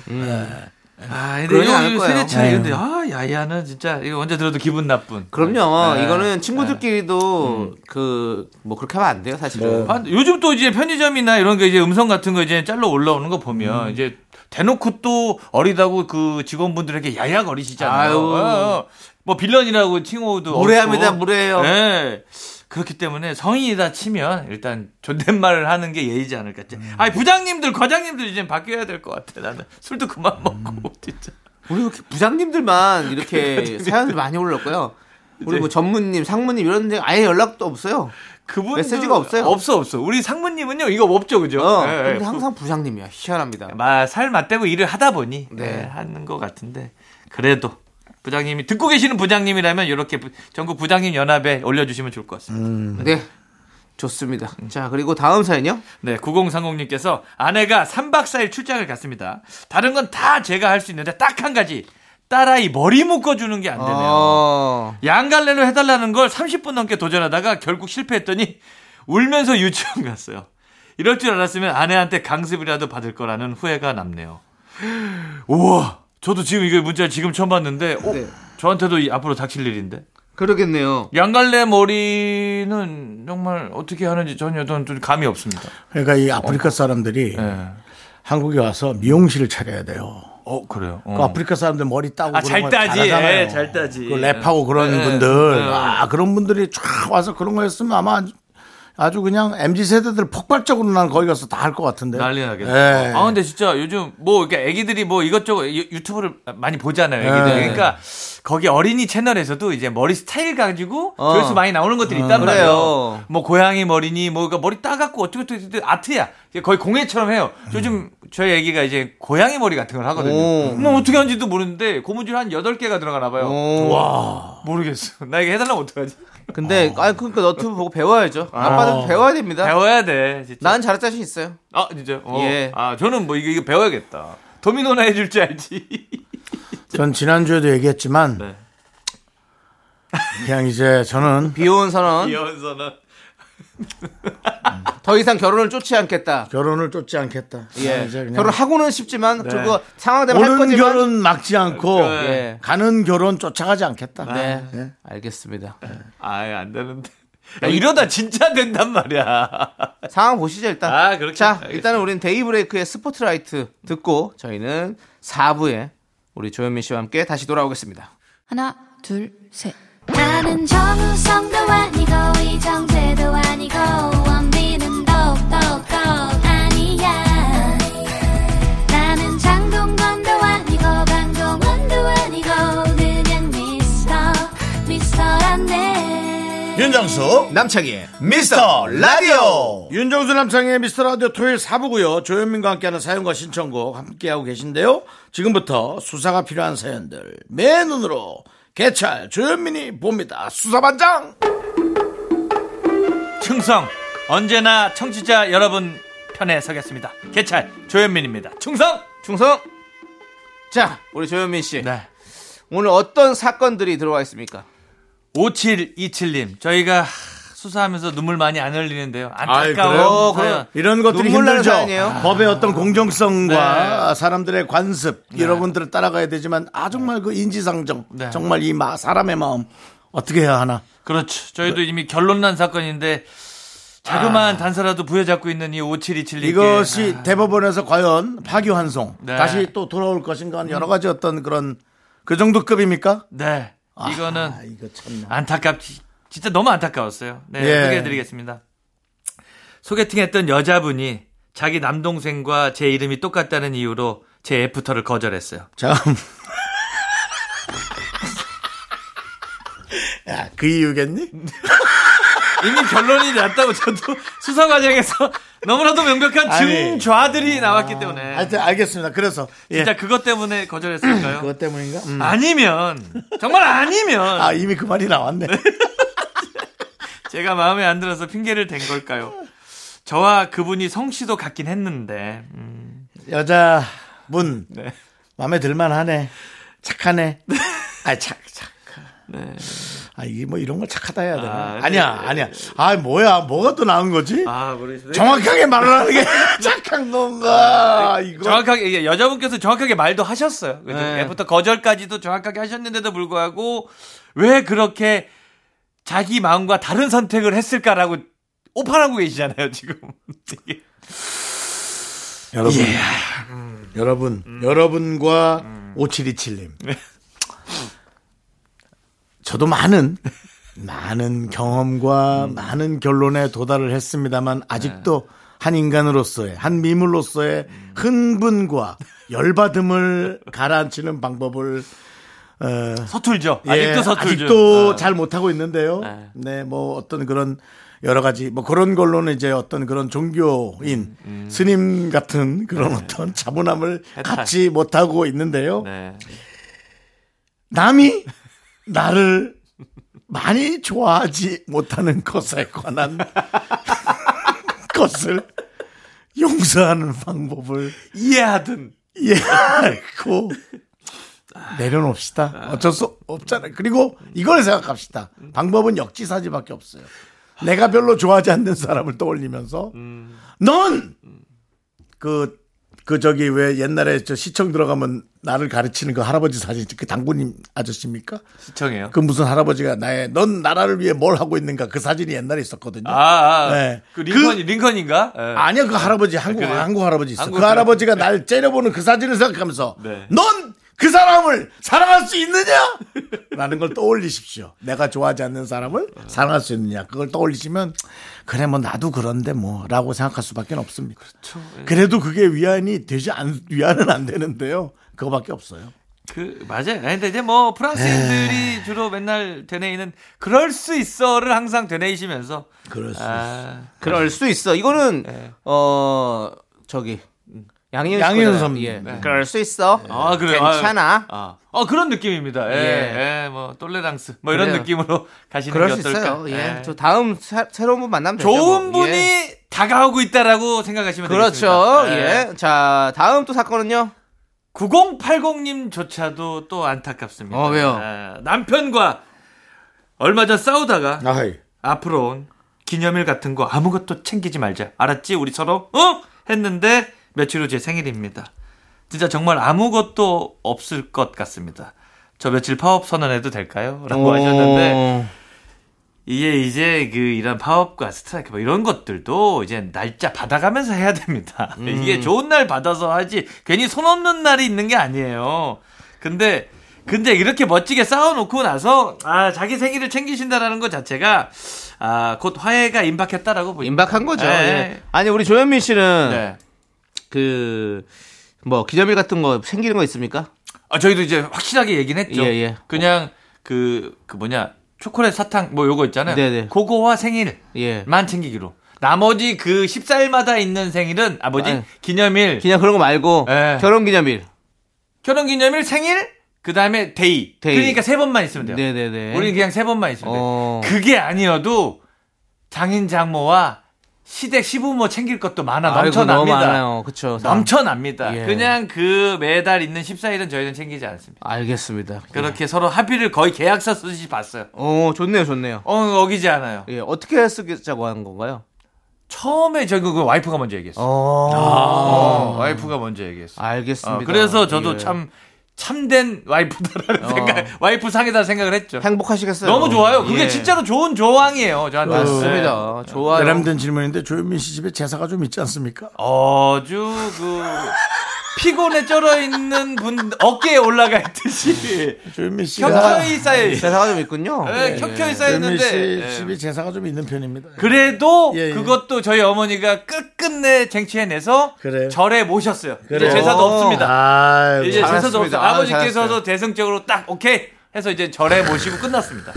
Speaker 7: 아,
Speaker 2: 그러진
Speaker 7: 근데 이거
Speaker 2: 않을
Speaker 7: 이거
Speaker 2: 거예요.
Speaker 7: 세대 차이.
Speaker 1: 네.
Speaker 7: 근데 아, 야야는 진짜 이거 언제 들어도 기분 나쁜.
Speaker 2: 그럼요.
Speaker 7: 네. 음.
Speaker 2: 이거는 친구들끼리도 그 뭐 그렇게 하면 안 돼요, 사실은.
Speaker 7: 아, 요즘 또 이제 편의점이나 이런 거 이제 음성 같은 거 이제 짤로 올라오는 거 보면
Speaker 2: 음.
Speaker 7: 이제 대놓고 또 어리다고 그 직원분들에게 야야 거리시잖아요.
Speaker 2: 아유.
Speaker 7: 어, 뭐 빌런이라고 칭호도
Speaker 2: 무례합니다,
Speaker 7: 없고.
Speaker 2: 무례해요.
Speaker 7: 예. 그렇기 때문에 성인이다 치면 일단 존댓말을 하는 게 예의지 않을까.
Speaker 2: 음.
Speaker 7: 아니 부장님들, 과장님들 이제 바뀌어야 될 것 같아. 나는 술도 그만
Speaker 2: 음.
Speaker 7: 먹고 진짜.
Speaker 2: 우리 이렇게 부장님들만
Speaker 7: 네.
Speaker 2: 이렇게 사연을 많이 올렸고요. 우리 뭐 전무님, 상무님 이런 데 아예 연락도 없어요.
Speaker 7: 그분
Speaker 2: 메시지가 없어요?
Speaker 7: 없어 없어. 우리 상무님은요 이거 없죠 그죠?
Speaker 2: 어,
Speaker 7: 예, 예.
Speaker 2: 근데 항상 부장님이야. 희한합니다.
Speaker 7: 음. 막살 맞대고 일을 하다 보니
Speaker 2: 네.
Speaker 7: 네, 하는 것 같은데 그래도 부장님이 듣고 계시는 부장님이라면 이렇게 부- 전국 부장님 연합에 올려주시면 좋을 것 같습니다.
Speaker 2: 네. 좋습니다. 자, 그리고 다음 사연이요?
Speaker 7: 네, 9030님께서 아내가 3박 4일 출장을 갔습니다. 다른 건 다 제가 할 수 있는데 딱 한 가지 딸아이 머리 묶어주는 게 안 되네요.
Speaker 2: 어.
Speaker 7: 양갈래로 해달라는 걸 30분 넘게 도전하다가 결국 실패했더니 울면서 유치원 갔어요. 이럴 줄 알았으면 아내한테 강습이라도 받을 거라는 후회가 남네요. 우와, 저도 지금 이거 문자를 지금 처음 봤는데, 어,
Speaker 2: 네.
Speaker 7: 저한테도 이- 앞으로 닥칠 일인데.
Speaker 2: 그러겠네요.
Speaker 7: 양갈래 머리는 정말 어떻게 하는지 전혀 저는 좀 감이 없습니다.
Speaker 1: 그러니까 이 아프리카 사람들이
Speaker 7: 예.
Speaker 1: 한국에 와서 미용실을 차려야 돼요.
Speaker 7: 어, 그래요. 어.
Speaker 1: 그 아프리카 사람들 머리 따고
Speaker 7: 아,
Speaker 1: 그런
Speaker 7: 잘
Speaker 1: 걸
Speaker 7: 따지.
Speaker 1: 잘하잖아요.
Speaker 7: 예, 잘 따지.
Speaker 1: 그 랩하고 그런
Speaker 7: 예,
Speaker 1: 분들
Speaker 7: 예.
Speaker 1: 아 그런 분들이 쫙 와서 그런 거였으면 아마 아주- 아주 그냥 mz 세대들 폭발적으로 난 거기 가서 다 할 것
Speaker 2: 네?
Speaker 1: 같은데
Speaker 7: 난리 나겠다.
Speaker 1: 예.
Speaker 7: 아 근데 진짜 요즘 뭐 이렇게 애기들이 뭐 이것저것 유- 유튜브를 많이
Speaker 2: 네.
Speaker 7: 보잖아요. 애기들.
Speaker 1: 예.
Speaker 7: 그러니까 거기 어린이 채널에서도 이제 머리 스타일 가지고
Speaker 2: 어. 음,
Speaker 7: 조회수 많이 나오는 것들이 있단
Speaker 2: 그래요.
Speaker 7: 말이에요. 뭐 고양이 머리니 뭐 그러니까 머리 따갖고 어떻게 어떻게 아트야. 이게 거의 공예처럼 해요. 요즘 저희 애기가 이제 고양이 머리 같은 걸 하거든요.
Speaker 2: 오.
Speaker 7: 뭐 어떻게 하는지도 모르는데 고무줄 한 8개가 들어가나 봐요.
Speaker 2: 오.
Speaker 1: 아,
Speaker 7: 모르겠어. 나 이거 해달라면 어떡하지?
Speaker 2: 근데 아 그러니까 너튜브 보고 배워야죠. 아빠도 배워야 됩니다.
Speaker 7: 배워야 돼. 진짜.
Speaker 2: 나는 잘할 자신 있어요.
Speaker 7: 아 진짜? 어.
Speaker 2: 예.
Speaker 7: 아 저는 뭐 이거, 이거 배워야겠다. 도미노나 해줄 줄 알지.
Speaker 1: 전 지난주에도 얘기했지만
Speaker 7: 네.
Speaker 1: 그냥 이제 저는
Speaker 2: 비혼 선언.
Speaker 7: 연서는
Speaker 2: 더 이상 결혼을 쫓지 않겠다.
Speaker 1: 결혼을 쫓지 않겠다.
Speaker 2: 예.
Speaker 1: 그냥 이제 그냥
Speaker 2: 결혼하고는 싶지만 그거 상황 되면 할
Speaker 1: 오는
Speaker 2: 거지만
Speaker 1: 결혼 막지 않고
Speaker 7: 그,
Speaker 2: 예.
Speaker 1: 가는 결혼 쫓아가지 않겠다.
Speaker 2: 네.
Speaker 1: 예.
Speaker 2: 알겠습니다.
Speaker 7: 아예 안 되는데. 야, 이러다 진짜 된단 말이야.
Speaker 2: 상황 보시죠 일단.
Speaker 7: 아, 그렇게.
Speaker 2: 자,
Speaker 7: 알겠습니다.
Speaker 2: 일단은 우리는 데이브레이크의 스포트라이트 듣고 저희는 4부에 우리 조현민 씨와 함께 다시 돌아오겠습니다.
Speaker 5: 하나, 둘, 셋. 나는 정우성도 아니고, 이정재도 아니고, 원빈은 더욱더 아니야. 나는 장동건도 아니고, 강동원도 아니고, 그냥 미스터, 미스터란데.
Speaker 1: 윤정수
Speaker 2: 남창희의
Speaker 1: 미스터 라디오 윤정수 남창의 미스터 라디오 토요일 4부고요 조현민과 함께하는 사연과 신청곡 함께하고 계신데요 지금부터 수사가 필요한 사연들 맨 눈으로 개찰 조현민이 봅니다 수사반장
Speaker 7: 충성 언제나 청취자 여러분 편에 서겠습니다. 개찰 조현민입니다. 충성.
Speaker 2: 충성. 자, 우리 조현민 씨.
Speaker 7: 네.
Speaker 2: 오늘 어떤 사건들이 들어와 있습니까?
Speaker 7: 5727님 저희가 수사하면서 눈물 많이 안 흘리는데요.
Speaker 2: 그래요?
Speaker 7: 안타까워.
Speaker 2: 그래요?
Speaker 1: 이런 것들이
Speaker 2: 눈물 나는
Speaker 1: 힘들죠 아.
Speaker 2: 사연이에요.
Speaker 1: 법의 어떤 공정성과 사람들의 관습 이런 분들을 따라가야 되지만 아 정말 그 인지상정
Speaker 7: 네.
Speaker 1: 정말 이 마- 사람의 마음 어떻게 해야 하나
Speaker 7: 그렇죠. 저희도 이미 결론난 사건인데 자그마한 단서라도 부여잡고 있는 이 5727님.
Speaker 1: 이것이 대법원에서 과연 파기환송
Speaker 7: 아. 네. 음.
Speaker 1: 다시 또 돌아올 것인가 하는 여러 가지 어떤 그런 그 정도 급입니까?
Speaker 7: 네. 이거는
Speaker 1: 아, 이거 참
Speaker 7: 안타깝지. 진짜 너무 안타까웠어요. 네,
Speaker 1: 예.
Speaker 7: 소개해드리겠습니다. 소개팅했던 여자분이 자기 남동생과 제 이름이 똑같다는 이유로 제 애프터를 거절했어요.
Speaker 1: 참. 야, 그 이유겠니?
Speaker 7: 이미 결론이 났다고 저도 수사 과정에서 너무나도 명백한
Speaker 1: 아니. 아,
Speaker 7: 증좌들이 나왔기 때문에
Speaker 1: 하여튼 알겠습니다. 그래서 예.
Speaker 7: 네. 진짜 그것 때문에 거절했을까요?
Speaker 1: 그것 때문인가? 음.
Speaker 7: 아니면 정말 아니면
Speaker 1: 아 이미 그 말이 나왔네.
Speaker 7: 제가 마음에 안 들어서 핑계를 댄 걸까요? 저와 그분이 성씨도 같긴 했는데 음,
Speaker 1: 여자분
Speaker 7: 네.
Speaker 1: 마음에 들만하네. 착하네. 아 착. 착. 아, 이게 뭐 이런 걸 착하다 해야 되나?
Speaker 7: 아,
Speaker 1: 아, 니야
Speaker 7: 네.
Speaker 1: 아니야. 아, 뭐야. 뭐가 또 나은 거지?
Speaker 7: 아, 모르겠어요.
Speaker 1: 정확하게 말을 하는 게 착한 건가? 이거.
Speaker 7: 정확하게 예, 여자분께서 정확하게 말도 하셨어요. 그죠?
Speaker 2: 네.
Speaker 7: 애프터 거절까지도 정확하게 하셨는데도 불구하고 왜 그렇게 자기 마음과 다른 선택을 했을까라고 오판하고 계시잖아요 지금. 되게.
Speaker 1: 여러분. 여러분. 여러분과 5727님. 저도 많은, 많은 경험과 많은 결론에 도달을 했습니다만, 아직도 한 인간으로서의, 한 미물로서의 흥분과 열받음을 가라앉히는 방법을 어,
Speaker 7: 서툴죠.
Speaker 1: 예,
Speaker 7: 아직도 서툴죠.
Speaker 1: 아직도
Speaker 7: 아.
Speaker 1: 잘 못하고 있는데요.
Speaker 7: 네.
Speaker 1: 네. 뭐 어떤 그런 여러 가지 뭐 그런 걸로는 이제 어떤 그런
Speaker 7: 음,
Speaker 1: 종교인 스님 같은 그런 어떤 자본함을
Speaker 7: 네. 해탈.
Speaker 1: 갖지 못하고 있는데요.
Speaker 7: 네.
Speaker 1: 남이 나를 많이 좋아하지 못하는 것에 관한 것을 용서하는 방법을
Speaker 7: 이해하든
Speaker 1: 예고 예. 내려놓읍시다. 어쩔 수 없잖아요. 그리고 이걸 생각합시다. 방법은 역지사지밖에 없어요. 내가 별로 좋아하지 않는 사람을 떠올리면서 넌! 그, 그 저기 왜 옛날에 저 시청 들어가면 나를 가르치는 그 할아버지 사진 그 당구님 아저씨입니까?
Speaker 7: 시청해요.
Speaker 1: 그 무슨 할아버지가 나의 넌 나라를 위해 뭘 하고 있는가 그 사진이 옛날에 있었거든요.
Speaker 7: 아, 아
Speaker 1: 네.
Speaker 7: 그 링컨 링컨인가? 예.
Speaker 1: 아니야 그 할아버지 한국
Speaker 7: 그래요?
Speaker 1: 한국 할아버지 있어.
Speaker 7: 한국
Speaker 1: 그
Speaker 7: 할아버지.
Speaker 1: 할아버지가 날 째려보는 그 사진을 생각하면서
Speaker 7: 네.
Speaker 1: 넌 그 사람을 사랑할 수 있느냐? 라는 걸 떠올리십시오. 내가 좋아하지 않는 사람을 사랑할 수 있느냐? 그걸 떠올리시면 그래 뭐 나도 그런데 뭐라고 생각할 수밖에 없습니다.
Speaker 7: 그렇죠. 예.
Speaker 1: 그래도 그게 위안이 되지 않 위안은 안 되는데요. 그거밖에 없어요.
Speaker 7: 그 맞아요. 아니, 근데 이제 뭐 프랑스인들이 주로 맨날 되뇌이는 그럴 수 있어를 항상 되뇌이시면서
Speaker 1: 그럴 수
Speaker 7: 아,
Speaker 2: 그럴 수 있어. 이거는 어 저기 양희은
Speaker 1: 양희은
Speaker 2: 거잖아요.
Speaker 1: 선배님.
Speaker 2: 예.
Speaker 1: 네.
Speaker 2: 그럴 수 있어.
Speaker 7: 아, 그래요?
Speaker 2: 괜찮아.
Speaker 7: 아, 어, 그런 느낌입니다. 예,
Speaker 2: 예.
Speaker 7: 예, 뭐, 똘레랑스. 뭐, 이런
Speaker 2: 그래요.
Speaker 7: 느낌으로 가시는
Speaker 2: 그럴
Speaker 7: 게
Speaker 2: 수
Speaker 7: 어떨까.
Speaker 2: 있어요. 예.
Speaker 7: 예.
Speaker 2: 저 다음 새, 로운분 만나면 되죠.
Speaker 7: 좋은
Speaker 2: 뭐.
Speaker 7: 분이
Speaker 2: 예.
Speaker 7: 다가오고 있다라고 생각하시면 되겠습니다.
Speaker 2: 그렇죠.
Speaker 7: 네.
Speaker 2: 예. 자, 다음 또 사건은요.
Speaker 7: 9080님조차도 또 안타깝습니다.
Speaker 2: 어, 왜요?
Speaker 7: 예, 남편과 얼마 전 싸우다가
Speaker 1: 아이.
Speaker 7: 앞으로 온 기념일 같은 거 아무것도 챙기지 말자. 알았지? 우리 서로 어? 했는데 며칠 후 제 생일입니다. 진짜 정말 아무것도 없을 것 같습니다. 저 며칠 파업 선언해도 될까요? 라고 하셨는데 이게 이제 그 이런 파업과 스트라이크 뭐 이런 것들도 이제 날짜 받아가면서 해야 됩니다.
Speaker 2: 음.
Speaker 7: 이게 좋은 날 받아서 하지 괜히 손 없는 날이 있는 게 아니에요. 근데 근데 이렇게 멋지게 쌓아놓고 나서 아 자기 생일을 챙기신다라는 것 자체가 아 곧 화해가 임박했다라고 보입니다.
Speaker 2: 임박한 거죠.
Speaker 7: 예.
Speaker 2: 예. 아니 우리 조현민 씨는
Speaker 7: 네.
Speaker 2: 그 뭐 기념일 같은 거 생기는 거 있습니까?
Speaker 7: 아 저희도 이제 확실하게 얘기는 했죠.
Speaker 2: 예, 예.
Speaker 7: 그냥 그 그 뭐냐 초콜릿 사탕 뭐 요거 있잖아요.
Speaker 2: 네네.
Speaker 7: 그거와 생일.
Speaker 2: 예.
Speaker 7: 만 챙기기로. 나머지 그 14일마다 있는 생일은 아버지
Speaker 2: 아니. 예.
Speaker 7: 기념일,
Speaker 2: 그냥 그런 거 말고
Speaker 7: 예.
Speaker 2: 결혼 기념일.
Speaker 7: 결혼 기념일, 생일, 그 다음에 데이.
Speaker 2: 데이.
Speaker 7: 그러니까 세 번만 있으면 돼요.
Speaker 2: 네, 네, 네.
Speaker 7: 우리 그냥 세 번만 있으면
Speaker 2: 어.
Speaker 7: 돼요. 그게 아니어도 장인 장모와 시댁 시부모 챙길 것도 많아
Speaker 2: 아이고, 너무
Speaker 7: 넘쳐납니다.
Speaker 2: 많아요. 그렇죠.
Speaker 7: 넘쳐납니다.
Speaker 2: 예.
Speaker 7: 그냥 그 매달 있는 14일은 저희는 챙기지 않습니다.
Speaker 2: 알겠습니다. 예.
Speaker 7: 그렇게 서로 합의를 거의 계약서 쓰듯이 봤어요.
Speaker 2: 어, 좋네요, 좋네요.
Speaker 7: 어, 어기지 않아요.
Speaker 2: 예, 어떻게 쓰자고 한 건가요?
Speaker 7: 처음에 저 그 와이프가 먼저 얘기했어요.
Speaker 2: 어,
Speaker 7: 어, 와이프가 먼저 얘기했어요.
Speaker 2: 알겠습니다.
Speaker 7: 어, 그래서 저도
Speaker 2: 예.
Speaker 7: 참 참된 와이프다라는
Speaker 2: 어.
Speaker 7: 생각, 와이프 상이다 생각을 했죠.
Speaker 2: 행복하시겠어요.
Speaker 7: 너무 좋아요. 그게
Speaker 2: 예.
Speaker 7: 진짜로 네. 좋은 조항이에요. 저한테. 예.
Speaker 2: 맞습니다. 좋아요.
Speaker 1: 외람된 질문인데 조현민 씨 집에 제사가 좀 있지 않습니까?
Speaker 7: 아주 그 피곤에 쩔어 있는 분 어깨에 올라가 있듯이
Speaker 1: 조현민 씨가
Speaker 7: 켜켜이 쌓여 있어요.
Speaker 2: 대사가 좀 있군요.
Speaker 7: 예, 켜켜이 쌓여
Speaker 1: 조현민 씨
Speaker 7: 있는데 예.
Speaker 1: 집이 제사가 좀 있는 편입니다.
Speaker 7: 그래도
Speaker 1: 예, 예.
Speaker 7: 그것도 저희 어머니가 끝끝내 쟁취해내서
Speaker 1: 그래요.
Speaker 7: 절에 모셨어요.
Speaker 1: 그래요.
Speaker 7: 이제 제사도 없습니다.
Speaker 1: 아이고.
Speaker 7: 이제 제사도
Speaker 2: 어. 잘했습니다.
Speaker 7: 없어.
Speaker 2: 아,
Speaker 7: 아버지께서도 대승적으로 딱 오케이 해서 이제 절에 모시고 끝났습니다.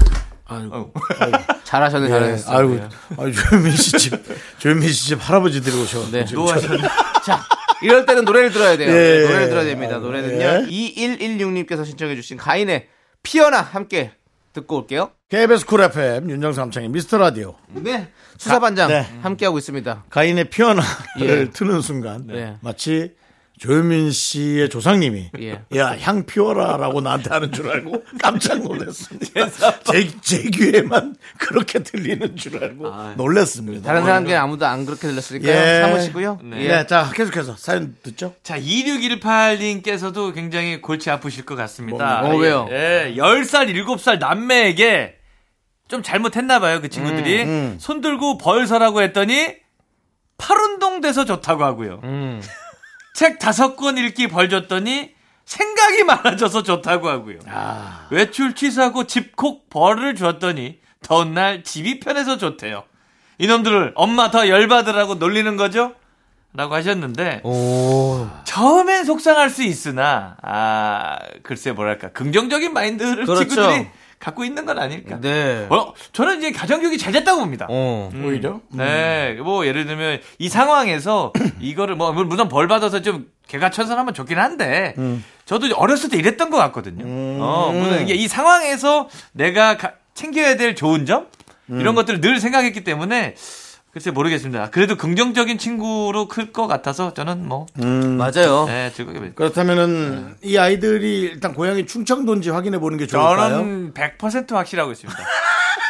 Speaker 1: 아이고.
Speaker 2: 잘하셨네,
Speaker 1: 예,
Speaker 2: 잘하셨어요.
Speaker 1: 아이고. 아이고, 조현민 씨 집, 조현민 씨 집 할아버지들이 오셔.
Speaker 2: 네.
Speaker 7: 노하셨네.
Speaker 2: 자, 이럴 때는 노래를 들어야 돼요.
Speaker 1: 예.
Speaker 2: 노래를 들어야 됩니다.
Speaker 1: 예.
Speaker 2: 노래는요. 2116님께서 신청해주신 가인의 피어나 함께 듣고 올게요.
Speaker 1: KBS 쿨 FM 윤정수 남창의 미스터 라디오.
Speaker 2: 네. 수사반장
Speaker 1: 가- 네.
Speaker 2: 함께하고 있습니다.
Speaker 1: 가인의 피어나를
Speaker 2: 예.
Speaker 1: 트는 순간
Speaker 2: 네.
Speaker 1: 마치 조현민 씨의 조상님이
Speaker 2: 예.
Speaker 1: 야향 피워라라고 나한테 하는 줄 알고 깜짝 놀랐습니다. 제, 제 귀에만 그렇게 들리는 줄 알고 놀랐습니다.
Speaker 2: 아, 다른 사람께 아무도 안 그렇게 들렸으니까요.
Speaker 1: 예.
Speaker 2: 참으시고요.
Speaker 1: 네.
Speaker 2: 예.
Speaker 1: 자 계속해서 사연 듣죠.
Speaker 7: 자, 2618님께서도 굉장히 골치 아프실 것 같습니다.
Speaker 2: 어, 어, 왜요?
Speaker 7: 예, 10살, 7살 남매에게 좀 잘못했나봐요, 그
Speaker 2: 음,
Speaker 7: 친구들이. 손 들고 벌 서라고 했더니 팔운동 돼서 좋다고 하고요.
Speaker 2: 음.
Speaker 7: 책 다섯 권 읽기 벌 줬더니 생각이 많아져서 좋다고 하고요. 외출 취소하고 집콕 벌을 줬더니 더운 날 집이 편해서 좋대요. 이놈들을 엄마 더 열받으라고 놀리는 거죠? 라고 하셨는데 처음엔 속상할 수 있으나 아 글쎄 뭐랄까 긍정적인 마인드를
Speaker 2: 그렇죠.
Speaker 7: 친구들이 갖고 있는 건 아닐까.
Speaker 2: 네.
Speaker 7: 어, 저는 이제 가정교육이 잘 됐다고 봅니다. 음.
Speaker 2: 어.
Speaker 1: 오히려
Speaker 7: 네, 뭐 예를 들면 이 상황에서 이거를 뭐 물론 물론 벌 받아서 좀 개가 천선하면 좋긴 한데
Speaker 1: 음.
Speaker 7: 저도 이제 어렸을 때 이랬던 것 같거든요. 어, 물론 이게 이 상황에서 내가 가- 챙겨야 될 좋은 점
Speaker 1: 음.
Speaker 7: 이런 것들을 늘 생각했기 때문에 글쎄 모르겠습니다. 그래도 긍정적인 친구로 클 것 같아서 저는 뭐
Speaker 1: 음.
Speaker 2: 음. 맞아요.
Speaker 7: 네, 즐겁게
Speaker 1: 그렇다면은
Speaker 2: 네.
Speaker 1: 이 아이들이 일단 고향이 충청도인지 확인해 보는 게 좋을까요?
Speaker 7: 저는 100% 확실하고 있습니다.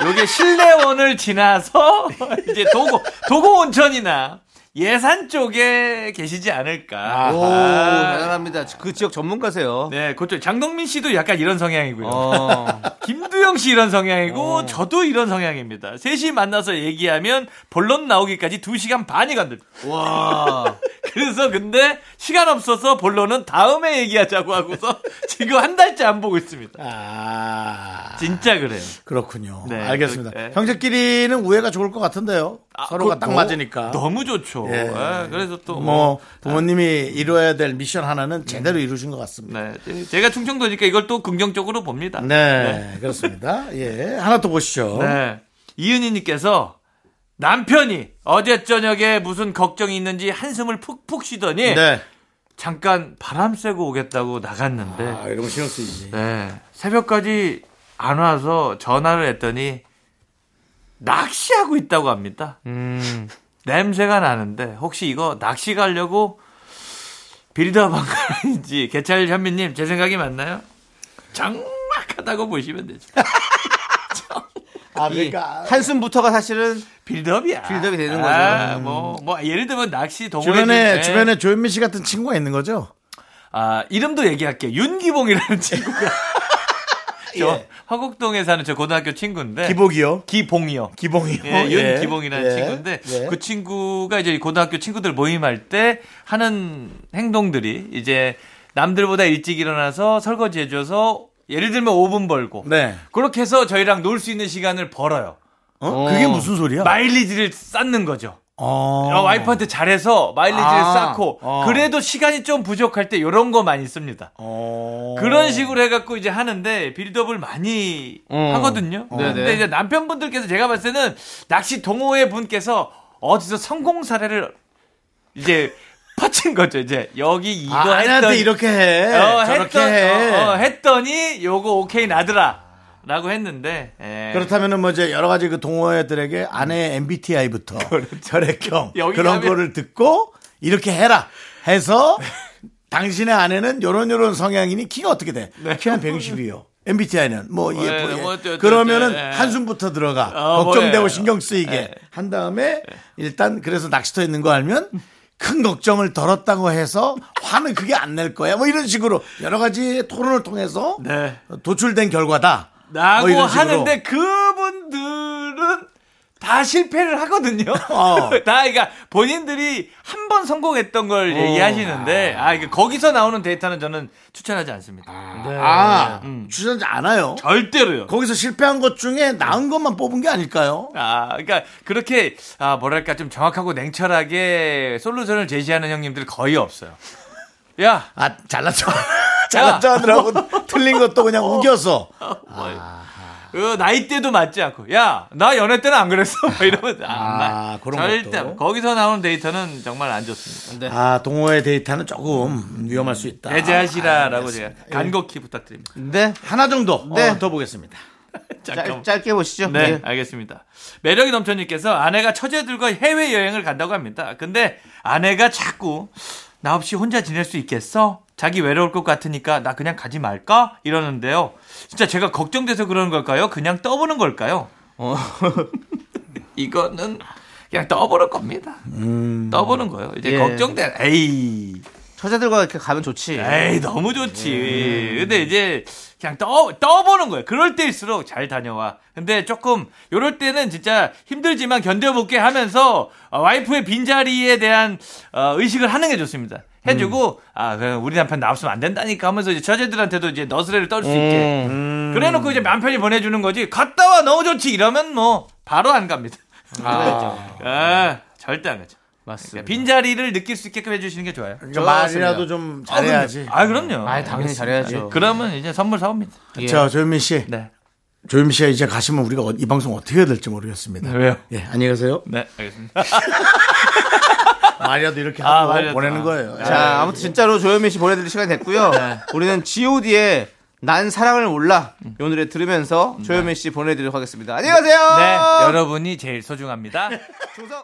Speaker 7: 요게 실내원을 지나서 이제 도고 도고 온천이나 예산 쪽에 계시지 않을까. 아,
Speaker 2: 오, 다양합니다. 그 지역 전문가세요.
Speaker 7: 네, 그쪽 장동민 씨도 약간 이런 성향이고요.
Speaker 2: 어.
Speaker 7: 김두영 씨 이런 성향이고 저도 이런 성향입니다. 셋이 만나서 얘기하면 본론 나오기까지 2시간 반이 간답니다.
Speaker 2: 와.
Speaker 7: 그래서 근데 시간 없어서 본론은 다음에 얘기하자고 하고서 지금 한 달째 안 보고 있습니다.
Speaker 1: 아
Speaker 7: 진짜 그래요.
Speaker 1: 그렇군요.
Speaker 7: 네,
Speaker 1: 알겠습니다.
Speaker 7: 그- 네.
Speaker 1: 형제끼리는 우애가 좋을 것 같은데요.
Speaker 7: 아,
Speaker 1: 서로가
Speaker 7: 그거
Speaker 1: 딱 맞으니까.
Speaker 7: 너무 좋죠.
Speaker 1: 예.
Speaker 7: 예, 그래서 또
Speaker 1: 뭐 부모님이 이뤄야 될 미션 하나는 제대로 이루신 것 같습니다.
Speaker 7: 네, 제- 제가 충청도니까 이걸 또 긍정적으로 봅니다.
Speaker 1: 네, 그렇습니다. 예, 하나 또 보시죠.
Speaker 7: 네. 이은희님께서 남편이 어제 저녁에 무슨 걱정이 있는지 한숨을 푹푹 쉬더니
Speaker 1: 네.
Speaker 7: 잠깐 바람 쐬고 오겠다고 나갔는데
Speaker 1: 아, 이런 거 신경 쓰이지.
Speaker 7: 네. 새벽까지 안 와서 전화를 했더니 낚시하고 있다고 합니다.
Speaker 1: 음.
Speaker 7: 냄새가 나는데 혹시 이거 낚시 가려고 빌드업한 거 아닌지 개찰 현미님 제 생각이 맞나요? 장막하다고 보시면 되죠.
Speaker 1: 아,
Speaker 2: 이
Speaker 1: 그러니까
Speaker 2: 한숨부터가 사실은
Speaker 7: 빌드업이야.
Speaker 2: 빌드업이 되는
Speaker 7: 아, 뭐, 뭐 예를 들면 낚시 동호회
Speaker 1: 음. 주변에
Speaker 7: 중에
Speaker 1: 주변에 조현민 씨 같은 친구가 있는 거죠?
Speaker 7: 아 이름도 얘기할게요. 윤기봉이라는 친구가 저
Speaker 1: 아, 예.
Speaker 7: 화곡동에 사는 저 고등학교 친구인데
Speaker 1: 기복이요.
Speaker 7: 기봉이요.
Speaker 1: 기봉이요.
Speaker 7: 예,
Speaker 1: 예.
Speaker 7: 윤기봉이라는
Speaker 1: 예.
Speaker 7: 친구인데
Speaker 1: 예.
Speaker 7: 그 친구가 이제 고등학교 친구들 모임할 때 하는 행동들이 이제 남들보다 일찍 일어나서 설거지 해줘서 예를 들면 5분 벌고
Speaker 1: 네.
Speaker 7: 그렇게 해서 저희랑 놀 수 있는 시간을 벌어요.
Speaker 1: 어? 그게 무슨 소리야?
Speaker 7: 마일리지를 쌓는 거죠.
Speaker 1: 어.
Speaker 7: 어, 와이프한테 잘해서 마일리지를
Speaker 2: 아,
Speaker 7: 쌓고 그래도 시간이 좀 부족할 때 이런 거 많이 씁니다.
Speaker 1: 어.
Speaker 7: 그런 식으로 해갖고 이제 하는데 빌드업을 많이
Speaker 2: 어.
Speaker 7: 하거든요.
Speaker 2: 네네.
Speaker 7: 근데 이제 남편분들께서 제가 봤을 때는 낚시 동호회 분께서 어디서 성공 사례를 이제 퍼친 거죠. 이제 여기 이거
Speaker 1: 아, 아내한테
Speaker 7: 했더니
Speaker 1: 이렇게 해.
Speaker 7: 어,
Speaker 1: 저렇게
Speaker 7: 했던,
Speaker 1: 해.
Speaker 7: 어, 어, 했더니 요거 오케이 나더라라고 했는데 예.
Speaker 1: 그렇다면은 뭐 이제 여러 가지 그 동호회들에게 아내의 MBTI부터
Speaker 7: 그렇죠.
Speaker 1: 혈액형
Speaker 7: 여기
Speaker 1: 그런
Speaker 7: 가면-
Speaker 1: 거를 듣고 이렇게 해라 해서 당신의 아내는 요런 요런 성향이니 키가 어떻게 돼? 키한 160이요. MBTI는 뭐
Speaker 7: 예,
Speaker 1: EF
Speaker 7: 뭐 네. 어쩌- 어쩌-
Speaker 1: 그러면은
Speaker 7: 예.
Speaker 1: 한숨부터 들어가
Speaker 7: 어,
Speaker 1: 걱정되고
Speaker 7: 뭐예요. 네.
Speaker 1: 신경 쓰이게 한 다음에 일단 그래서 낚시터 있는 거 알면 큰 걱정을 덜었다고 해서 화는 그게 안 낼 거야 뭐 이런 식으로 여러 가지 토론을 통해서
Speaker 7: 네.
Speaker 1: 도출된 결과다
Speaker 7: 라고
Speaker 1: 뭐 이런 식으로.
Speaker 7: 하는데 그분들은 다 실패를 하거든요.
Speaker 1: 어.
Speaker 7: 다 그러니까 본인들이 한 번 성공했던
Speaker 1: 어.
Speaker 7: 걸 얘기하시는데 아 이게 거기서 나오는 데이터는 저는 추천하지 않습니다.
Speaker 1: 아, 주전자 안 와요.
Speaker 7: 절대로요.
Speaker 1: 거기서 실패한 것 중에 나은 것만 뽑은 게 아닐까요?
Speaker 7: 아, 그러니까 그렇게 아 뭐랄까 좀 정확하고 냉철하게 솔루션을 제시하는 형님들 거의 없어요. 야,
Speaker 1: 아, 잘났죠. 잘났죠 하느라고 틀린 것도 그냥 우겨서.
Speaker 7: 어, 뭐, 나이대도 맞지 않고 야 나 연애 때는 안 그랬어 막 이러면 안
Speaker 1: 아,
Speaker 7: 나.
Speaker 1: 그런
Speaker 7: 절대
Speaker 1: 것도.
Speaker 7: 거기서 나오는 데이터는 정말 안 좋습니다.
Speaker 1: 아, 동호회 데이터는 조금 위험할 수
Speaker 7: 아,
Speaker 1: 있다.
Speaker 7: 배제하시라라고 제가
Speaker 1: 알겠습니다.
Speaker 7: 간곡히 부탁드립니다.
Speaker 2: 네.
Speaker 1: 하나 정도
Speaker 2: 네.
Speaker 1: 어, 더 보겠습니다.
Speaker 7: 잠깐만.
Speaker 2: 짧, 게 보시죠.
Speaker 7: 네,
Speaker 2: 예.
Speaker 7: 알겠습니다. 매력이 넘쳐님께서 아내가 처제들과 해외여행을 간다고 합니다. 근데 아내가 자꾸 나 없이 혼자 지낼 수 있겠어? 자기 외로울 것 같으니까 나 그냥 가지 말까? 이러는데요. 진짜 제가 걱정돼서 그러는 걸까요? 그냥 떠보는 걸까요? 어, 이거는 그냥 떠보는 겁니다. 떠보는 음. 거예요. 이제
Speaker 2: 예.
Speaker 7: 걱정돼. 에이.
Speaker 2: 처자들과 이렇게 가면 좋지.
Speaker 7: 에이 너무 좋지. 근데 이제 그냥 떠 떠보는 거예요. 그럴 때일수록 잘 다녀와. 근데 조금 요럴 때는 진짜 힘들지만 견뎌볼게 하면서 어, 와이프의 빈자리에 대한 어, 의식을 하는 게 좋습니다. 해주고 아 그냥 우리 남편 나 없으면 안 된다니까 하면서 이제 처제들한테도 이제 너스레를 떨 수
Speaker 2: 음.
Speaker 7: 있게. 그래놓고 이제 남편이 보내주는 거지. 갔다 와 너무 좋지 이러면 뭐 바로 안 갑니다.
Speaker 2: 아,
Speaker 7: 아 절대 안 가죠.
Speaker 2: 맞습니다.
Speaker 7: 빈자리를 느낄 수 있게끔 해주시는 게 좋아요.
Speaker 1: 그러니까 말이라도 좀 잘해야지.
Speaker 7: 아 그럼요.
Speaker 2: 아, 당연히
Speaker 7: 예.
Speaker 2: 잘해야죠.
Speaker 7: 그러면 이제 선물 사옵니다.
Speaker 2: 예.
Speaker 1: 자, 조현민 씨.
Speaker 7: 네.
Speaker 1: 조현민 씨가 이제 가시면 우리가 어- 이 방송 어떻게 해야 될지 모르겠습니다.
Speaker 7: 왜요?
Speaker 1: 예, 안녕히 가세요.
Speaker 7: 네, 알겠습니다.
Speaker 1: 말이라도 이렇게
Speaker 7: 아,
Speaker 1: 하고
Speaker 7: 말이라도.
Speaker 1: 보내는
Speaker 7: 아.
Speaker 1: 거예요. 예.
Speaker 2: 자, 아무튼 진짜로 조현민 씨 보내드릴 시간이 됐고요.
Speaker 7: 네.
Speaker 2: 우리는 G.O.D의 난 사랑을 몰라
Speaker 7: 음.
Speaker 2: 이 노래 들으면서 조현민 씨 보내드리도록 하겠습니다. 안녕히 가세요.
Speaker 7: 네,
Speaker 2: 아!
Speaker 7: 여러분이 제일 소중합니다.
Speaker 2: 조성-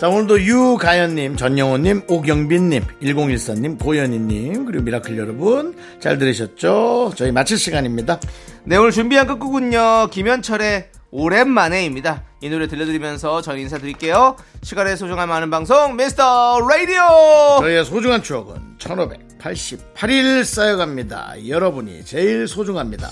Speaker 1: 자, 오늘도 유가연님, 전영호님, 오경빈님, 1014님, 고현희님, 그리고 미라클 여러분, 잘 들으셨죠? 저희 마칠 시간입니다.
Speaker 2: 네, 오늘 준비한 끝곡은요. 김현철의 오랜만에입니다. 이 노래 들려드리면서 저희 인사드릴게요. 시간의 소중함 많은 방송 미스터 라디오.
Speaker 1: 저희의 소중한 추억은 1588일 쌓여갑니다. 여러분이 제일 소중합니다.